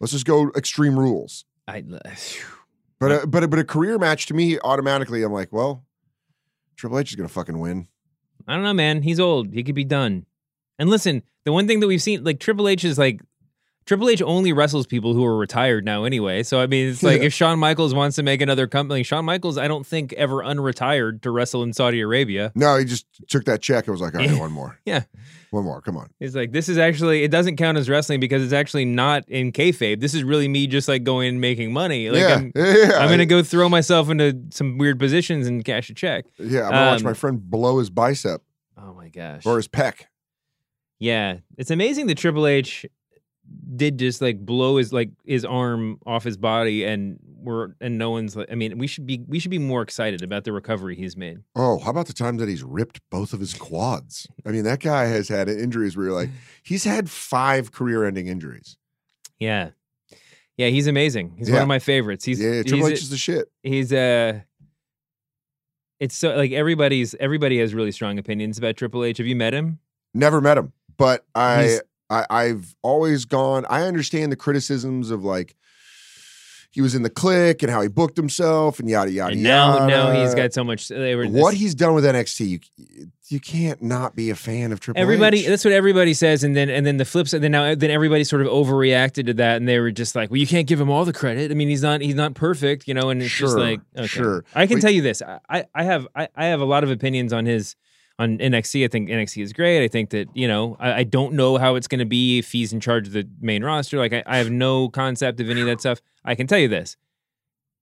Speaker 12: Let's just go extreme rules.
Speaker 11: I.
Speaker 12: But a, but a, but a career match to me automatically I'm like well, Triple H is gonna fucking win.
Speaker 11: I don't know, man. He's old. He could be done. And listen, the one thing that we've seen, like Triple H is like Triple H only wrestles people who are retired now anyway. So I mean, it's like if Shawn Michaels wants to make another company, Shawn Michaels, I don't think ever unretired to wrestle in Saudi Arabia.
Speaker 12: No, he just took that check and was like, all right, one more,
Speaker 11: Yeah.
Speaker 12: one more, come on.
Speaker 11: It's like this is actually it doesn't count as wrestling because it's actually not in kayfabe. This is really me just like going and making money. Like
Speaker 12: Yeah,
Speaker 11: I'm,
Speaker 12: yeah.
Speaker 11: I'm gonna go throw myself into some weird positions and cash a check.
Speaker 12: Yeah, I'm gonna watch
Speaker 11: Um,
Speaker 12: my friend blow his bicep
Speaker 11: Oh my gosh.
Speaker 12: or his pec.
Speaker 11: Yeah, it's amazing that Triple H did just like blow his like his arm off his body, and we're and no one's like. I mean, we should be we should be more excited about the recovery he's made.
Speaker 12: Oh, how about the times that he's ripped both of his quads? I mean, that guy has had injuries where you're like, he's had five career-ending injuries.
Speaker 11: Yeah, yeah, he's amazing. He's one
Speaker 12: Yeah.
Speaker 11: of my favorites. He's
Speaker 12: yeah, Triple
Speaker 11: he's,
Speaker 12: H is the shit.
Speaker 11: he's uh it's so like everybody's everybody has really strong opinions about Triple H. Have you met him?
Speaker 12: Never met him, but I,
Speaker 11: He's-
Speaker 12: I I've always gone. I understand the criticisms of like he was in the click and how he booked himself and yada yada
Speaker 11: And now
Speaker 12: yada.
Speaker 11: now he's got so much. They were
Speaker 12: what
Speaker 11: this-
Speaker 12: he's done with NXT. You, you can't not be a fan of Triple
Speaker 11: everybody
Speaker 12: H.
Speaker 11: that's what everybody says and then and then the flips and then now then everybody sort of overreacted to that and they were just like well you can't give him all the credit i mean he's not he's not perfect you know and it's just
Speaker 12: Sure,
Speaker 11: like okay.
Speaker 12: sure.
Speaker 11: i can
Speaker 12: But-
Speaker 11: tell you this I- i i have I, I have a lot of opinions on his on NXT, I think NXT is great. I think that you know, I, I don't know how it's going to be if he's in charge of the main roster. Like, I, I have no concept of any of that stuff. I can tell you this: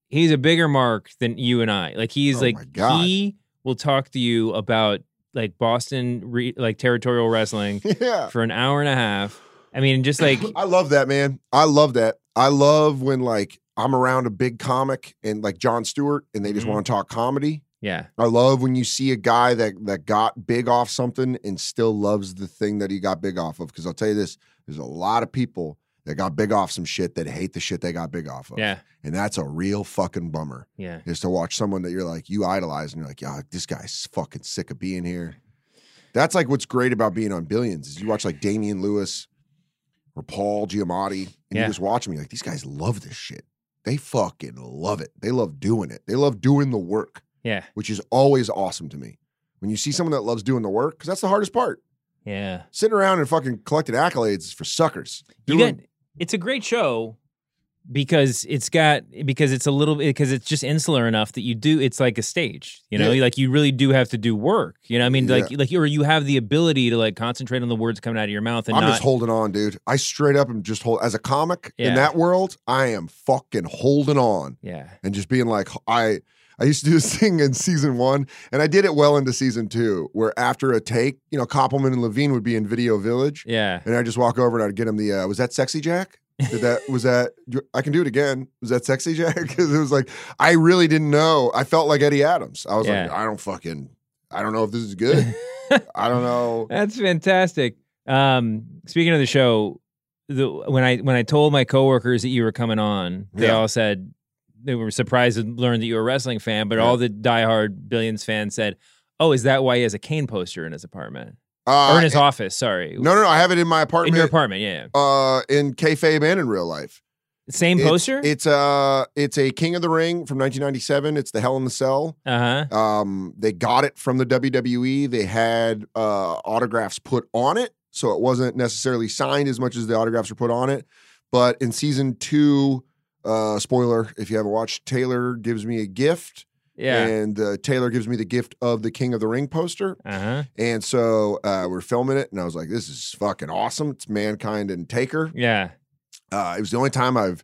Speaker 11: he's a bigger mark than you and I. Like, he's
Speaker 12: Oh my
Speaker 11: like
Speaker 12: God.
Speaker 11: he will talk to you about like Boston, re, like territorial wrestling
Speaker 12: yeah.
Speaker 11: for an hour and a half. I mean, just like
Speaker 12: I love that, man. I love that. I love when like I'm around a big comic and like John Stewart and they just
Speaker 11: Mhm.
Speaker 12: want to talk comedy.
Speaker 11: yeah,
Speaker 12: I love when you see a guy that that got big off something and still loves the thing that he got big off of. Because I'll tell you this, there's a lot of people that got big off some shit that hate the shit they got big off of.
Speaker 11: yeah,
Speaker 12: And that's a real fucking bummer.
Speaker 11: yeah.
Speaker 12: Is to watch someone that you're like you idolize and you're like, yeah, this guy's fucking sick of being here. That's like what's great about being on Billions is you watch like Damian Lewis or Paul Giamatti, and
Speaker 11: Yeah.
Speaker 12: you just watch them. You're like, these guys love this shit. They fucking love it. They love doing it. They love doing the work
Speaker 11: Yeah,
Speaker 12: which is always awesome to me. When you see someone that loves doing the work, because that's the hardest part.
Speaker 11: yeah.
Speaker 12: Sitting around and fucking collecting accolades is for suckers.
Speaker 11: You
Speaker 12: Doing-
Speaker 11: got, it's a great show because it's got because it's a little because it's just insular enough that you do it's like a stage you know
Speaker 12: Yeah.
Speaker 11: like you really do have to do work you know what i mean like
Speaker 12: Yeah.
Speaker 11: like or you have the ability to like concentrate on the words coming out of your mouth and
Speaker 12: I'm
Speaker 11: not
Speaker 12: just holding on, dude. I straight up am just hold as a comic
Speaker 11: Yeah.
Speaker 12: in that world. I am fucking holding on
Speaker 11: yeah
Speaker 12: and just being like, I I used to do this thing in season one, and I did it well into season two, where after a take, you know, Koppelman and Levine would be in Video Village,
Speaker 11: yeah
Speaker 12: and I just walk over and I'd get him the uh, was that sexy Jack? Did that was that I can do it again. Was that sexy Jack? Because it was like I really didn't know. I felt like Eddie Adams. I was like,
Speaker 11: Yeah.
Speaker 12: I don't fucking I don't know if this is good. I don't know.
Speaker 11: That's fantastic. Um, speaking of the show, the when I when I told my coworkers that you were coming on, they
Speaker 12: Yeah.
Speaker 11: all said they were surprised to learn that you were a wrestling fan, but
Speaker 12: Yeah.
Speaker 11: all the diehard Billions fans said, "Oh, is that why he has a Kane poster in his apartment
Speaker 12: Uh,
Speaker 11: or in his office?" Sorry,
Speaker 12: no, no, no. I have it in my
Speaker 11: in
Speaker 12: apartment.
Speaker 11: your apartment, yeah.
Speaker 12: uh, in kayfabe and in real life.
Speaker 11: Same
Speaker 12: It's-
Speaker 11: poster.
Speaker 12: It's uh, it's a King of the Ring from 1997. It's the Hell in the Cell.
Speaker 11: Uh huh.
Speaker 12: Um, they got it from the WWE. They had uh, autographs put on it, so it wasn't necessarily signed as much as the autographs were put on it. But in season two, uh, spoiler if you haven't watched, Taylor gives me a gift,
Speaker 11: Yeah.
Speaker 12: and uh, Taylor gives me the gift of the King of the Ring poster.
Speaker 11: Uh huh.
Speaker 12: And so uh, we're filming it, and I was like, "This is fucking awesome! It's Mankind and Taker."
Speaker 11: Yeah.
Speaker 12: Uh, it was the only time I've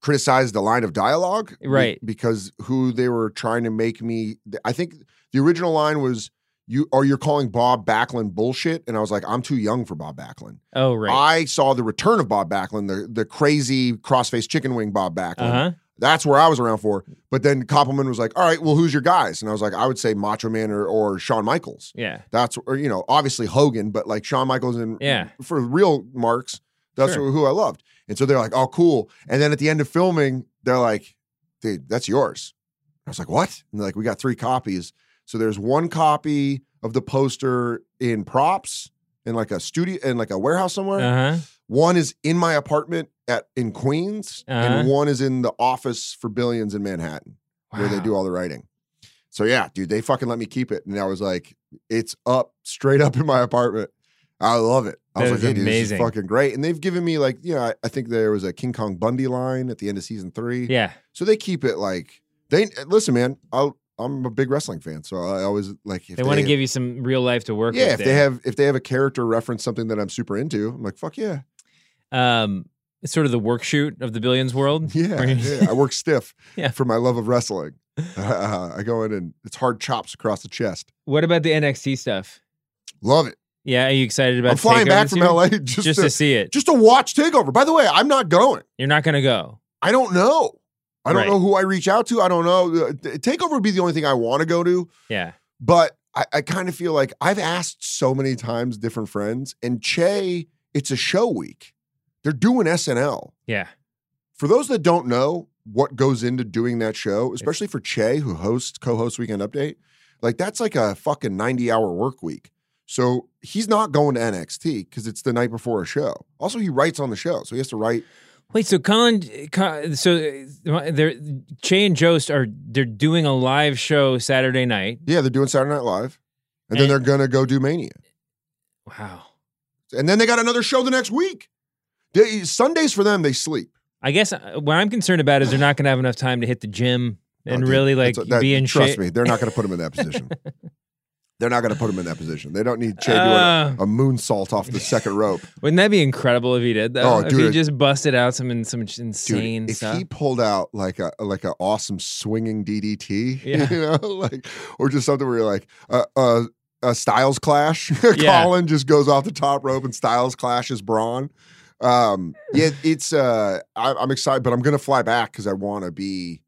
Speaker 12: criticized the line of dialogue, be-
Speaker 11: Right.
Speaker 12: because who they were trying to make me. I think the original line was you or you're calling Bob Backlund bullshit, and I was like, I'm too young for Bob Backlund.
Speaker 11: Oh right.
Speaker 12: I saw the return of Bob Backlund, the the crazy crossface chicken wing Bob Backlund.
Speaker 11: Uh huh.
Speaker 12: That's where I was around for. But then Koppelman was like, all right, well, who's your guys? And I was like, I would say Macho Man or, or Shawn Michaels.
Speaker 11: Yeah.
Speaker 12: That's, or, you know, obviously Hogan, but like Shawn Michaels and
Speaker 11: Yeah.
Speaker 12: for real marks, that's
Speaker 11: Sure.
Speaker 12: who- who I loved. And so they're like, oh, cool. And then at the end of filming, they're like, dude, that's yours. I was like, what? And they're like, we got three copies. So there's one copy of the poster in props in like a studio, in like a warehouse somewhere.
Speaker 11: Uh-huh.
Speaker 12: One is in my apartment at in Queens, and
Speaker 11: Uh-huh.
Speaker 12: one is in the office for billions in Manhattan, where they do all the writing. So yeah, dude, they fucking let me keep it, and I was like, it's up straight up in my apartment. I love it. I
Speaker 11: That
Speaker 12: was
Speaker 11: is
Speaker 12: like, hey, dude, this is
Speaker 11: amazing.
Speaker 12: fucking great. And they've given me like, you know, I, I think there was a King Kong Bundy line at the end of season three.
Speaker 11: Yeah.
Speaker 12: So they keep it like they listen, man. I'll, I'm a big wrestling fan, so I always like if
Speaker 11: they want to give you some real life to work
Speaker 12: yeah
Speaker 11: with.
Speaker 12: if they
Speaker 11: there.
Speaker 12: have if they have a character reference something that I'm super into, I'm like fuck yeah.
Speaker 11: um, it's sort of the work shoot of the billions world.
Speaker 12: Yeah, yeah, I work stiff
Speaker 11: Yeah.
Speaker 12: for my love of wrestling. I go in and it's hard chops across the chest.
Speaker 11: What about the NXT stuff?
Speaker 12: Love it.
Speaker 11: Yeah, are you excited about?
Speaker 12: I'm flying
Speaker 11: Takeover
Speaker 12: back
Speaker 11: this
Speaker 12: from
Speaker 11: year?
Speaker 12: LA just,
Speaker 11: to, see it.
Speaker 12: just to watch Takeover. By the way, I'm not going.
Speaker 11: You're not gonna go.
Speaker 12: I don't know. I don't
Speaker 11: Right.
Speaker 12: know who I reach out to. I don't know. Uh, Takeover would be the only thing I want to go to,
Speaker 11: Yeah,
Speaker 12: but I, I kind of feel like I've asked so many times different friends, and Che, it's a show week. They're doing SNL.
Speaker 11: yeah.
Speaker 12: for those that don't know what goes into doing that show, especially for Che, who hosts co-hosts Weekend Update, like that's like a fucking 90-hour work week. So he's not going to NXT because it's the night before a show. Also, he writes on the show, so he has to write.
Speaker 11: Wait, so Colin, Col- so uh, they're Che and Jost are they're doing a live show Saturday night.
Speaker 12: Yeah, they're doing Saturday Night Live, and, then
Speaker 11: And-
Speaker 12: they're gonna go do Mania,
Speaker 11: Wow.
Speaker 12: and then they got another show the next week. They, Sundays for them, they sleep.
Speaker 11: I guess uh, what I'm concerned about is they're not gonna have enough time to hit the gym and really like
Speaker 12: Oh, That's- that-
Speaker 11: be in
Speaker 12: trust
Speaker 11: shape.
Speaker 12: me, they're not gonna put him in that position. they're not gonna put him in that position. They don't need Che doing
Speaker 11: Uh.
Speaker 12: a, a moonsault off the second rope.
Speaker 11: Wouldn't that be incredible if he did that?
Speaker 12: Oh,
Speaker 11: if he
Speaker 12: dude.
Speaker 11: just busted out some in- some
Speaker 12: Dude,
Speaker 11: insane
Speaker 12: if
Speaker 11: stuff.
Speaker 12: he pulled out like a like an awesome swinging DDT,
Speaker 11: Yeah.
Speaker 12: you know, like or just something where you're like a uh, a Styles clash,
Speaker 11: Yeah.
Speaker 12: Colin just goes off the top rope and Styles clashes Braun. Um, yeah, it's uh, I, I'm excited, but I'm gonna fly back because I want to be,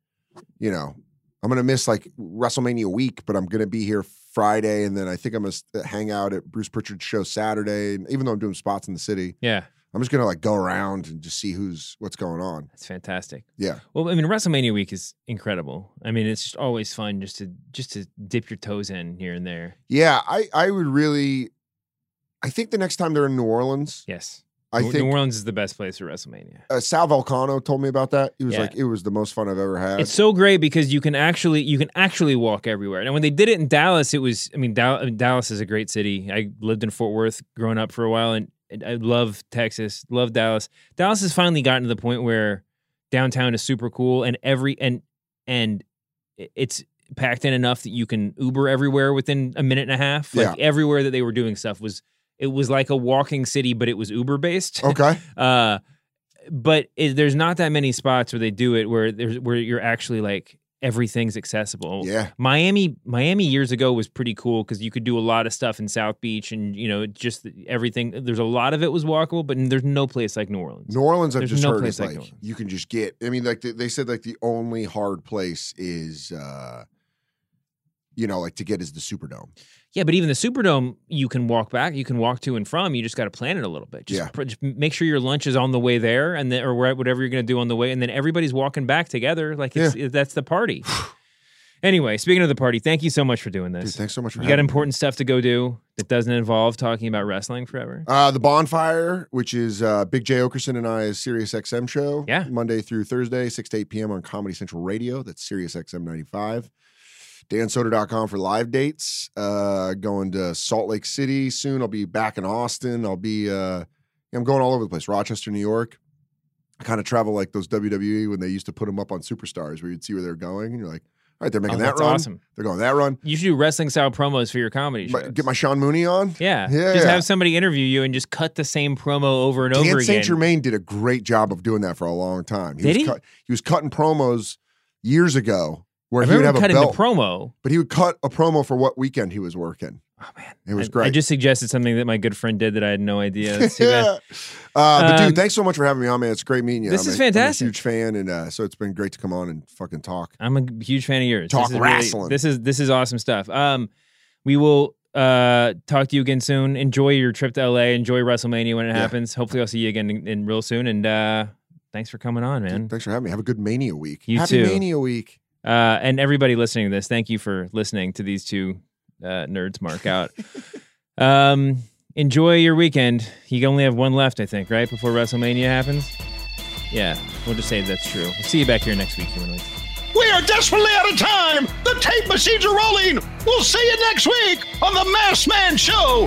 Speaker 12: you know, I'm gonna miss like WrestleMania week, but I'm gonna be here Friday, and then I think I'm gonna s- uh, hang out at Bruce Pritchard's show Saturday. And even though I'm doing spots in the city,
Speaker 11: yeah,
Speaker 12: I'm just gonna like go around and just see who's what's going on.
Speaker 11: that's fantastic.
Speaker 12: Yeah.
Speaker 11: Well, I mean, WrestleMania week is incredible. I mean, it's just always fun just to just to dip your toes in here and there.
Speaker 12: Yeah, I I would really I think the next time they're in New Orleans,
Speaker 11: Yes.
Speaker 12: I
Speaker 11: New,
Speaker 12: think-
Speaker 11: New Orleans is the best place for WrestleMania.
Speaker 12: uh, Sal Volcano told me about that. He was
Speaker 11: Yeah.
Speaker 12: like it was the most fun I've ever had.
Speaker 11: It's so great because you can actually you can actually walk everywhere. And when they did it in Dallas, it was I mean, Dal- I mean, Dallas is a great city. I lived in Fort Worth growing up for a while, and, and I love Texas, love Dallas. Dallas has finally gotten to the point where downtown is super cool, and every and and it- it's packed in enough that you can Uber everywhere within a minute and a half. Like everywhere that they were doing stuff was it was like a walking city, but it was Uber based.
Speaker 12: okay.
Speaker 11: Uh, but it, there's not that many spots where they do it where there's where you're actually like everything's accessible.
Speaker 12: Yeah.
Speaker 11: Miami, Miami years ago was pretty cool because you could do a lot of stuff in South Beach and you know just everything. There's a lot of it was walkable, but there's no place like New Orleans.
Speaker 12: New Orleans, I've
Speaker 11: There's
Speaker 12: just
Speaker 11: no
Speaker 12: heard
Speaker 11: place
Speaker 12: is
Speaker 11: like
Speaker 12: like,
Speaker 11: New Orleans.
Speaker 12: you can just get. I mean, like they, they said, like the only hard place is, uh you know, like to get is the Superdome.
Speaker 11: Yeah, but even the Superdome, you can walk back, you can walk to and from. You just got to plan it a little bit. Just,
Speaker 12: Yeah.
Speaker 11: pr- just make sure your lunch is on the way there, and then or where- whatever you're going to do on the way, and then everybody's walking back together. Like it's, it- that's the party. anyway, speaking of the party, thank you so much for doing
Speaker 12: Dude,
Speaker 11: this.
Speaker 12: thanks so much for
Speaker 11: you got
Speaker 12: having me.
Speaker 11: important stuff to go do that doesn't involve talking about wrestling forever.
Speaker 12: Uh, the Bonfire, which is uh, Big J Okerson and I's Sirius XM show.
Speaker 11: Yeah.
Speaker 12: Monday through Thursday, 6 to 8 p.m. on Comedy Central Radio. That's Sirius XM 95. DanSoder.com for live dates. Uh, going to Salt Lake City soon. I'll be back in Austin. I'll be, uh, I'm going all over the place. Rochester, New York. I kind of travel like those WWE when they used to put them up on Superstars where you'd see where they're going. And you're like, all right, they're
Speaker 11: Oh,
Speaker 12: making that
Speaker 11: that's
Speaker 12: run.
Speaker 11: awesome.
Speaker 12: They're going that run.
Speaker 11: You should do wrestling style promos for your comedy
Speaker 12: My-
Speaker 11: show.
Speaker 12: get my Sean Mooney on.
Speaker 11: yeah.
Speaker 12: Yeah.
Speaker 11: Just have somebody interview you and just cut the same promo over and over
Speaker 12: Dan
Speaker 11: again.
Speaker 12: St. Germain did a great job of doing that for a long time. He
Speaker 11: Did
Speaker 12: was
Speaker 11: he?
Speaker 12: Cut, he was cutting promos years ago where
Speaker 11: I
Speaker 12: he would
Speaker 11: remember
Speaker 12: have a
Speaker 11: cutting
Speaker 12: belt,
Speaker 11: the promo.
Speaker 12: but he would cut a promo for what weekend he was working. It
Speaker 11: Oh,
Speaker 12: was
Speaker 11: I-
Speaker 12: great.
Speaker 11: I just suggested something that my good friend did that I had no idea. That's too bad.
Speaker 12: yeah. Uh, but
Speaker 11: Um,
Speaker 12: dude, thanks so much for having me on, man. It's great meeting you.
Speaker 11: This
Speaker 12: I'm
Speaker 11: is
Speaker 12: a- I'm
Speaker 11: fantastic.
Speaker 12: a huge fan, and uh, so it's been great to come on and fucking talk.
Speaker 11: I'm a huge fan of yours.
Speaker 12: Talk
Speaker 11: this is
Speaker 12: wrestling.
Speaker 11: this is this is awesome stuff. Um, we will uh talk to you again soon. Enjoy your trip to LA. Enjoy WrestleMania when it happens. Hopefully, I'll see you again in, in real soon. And uh, thanks for coming on, man.
Speaker 12: Thanks for having me. Have a good Mania week.
Speaker 11: You
Speaker 12: Happy
Speaker 11: too.
Speaker 12: Mania week.
Speaker 11: Uh, and everybody listening to this, thank you for listening to these two uh, nerds mark out. um, enjoy your weekend. You only have one left, I think, right before WrestleMania happens. Yeah, we'll just say that's true. We'll see you back here next week, humanoids.
Speaker 3: We are desperately out of time. The tape machines are rolling. We'll see you next week on the Mass Man Show.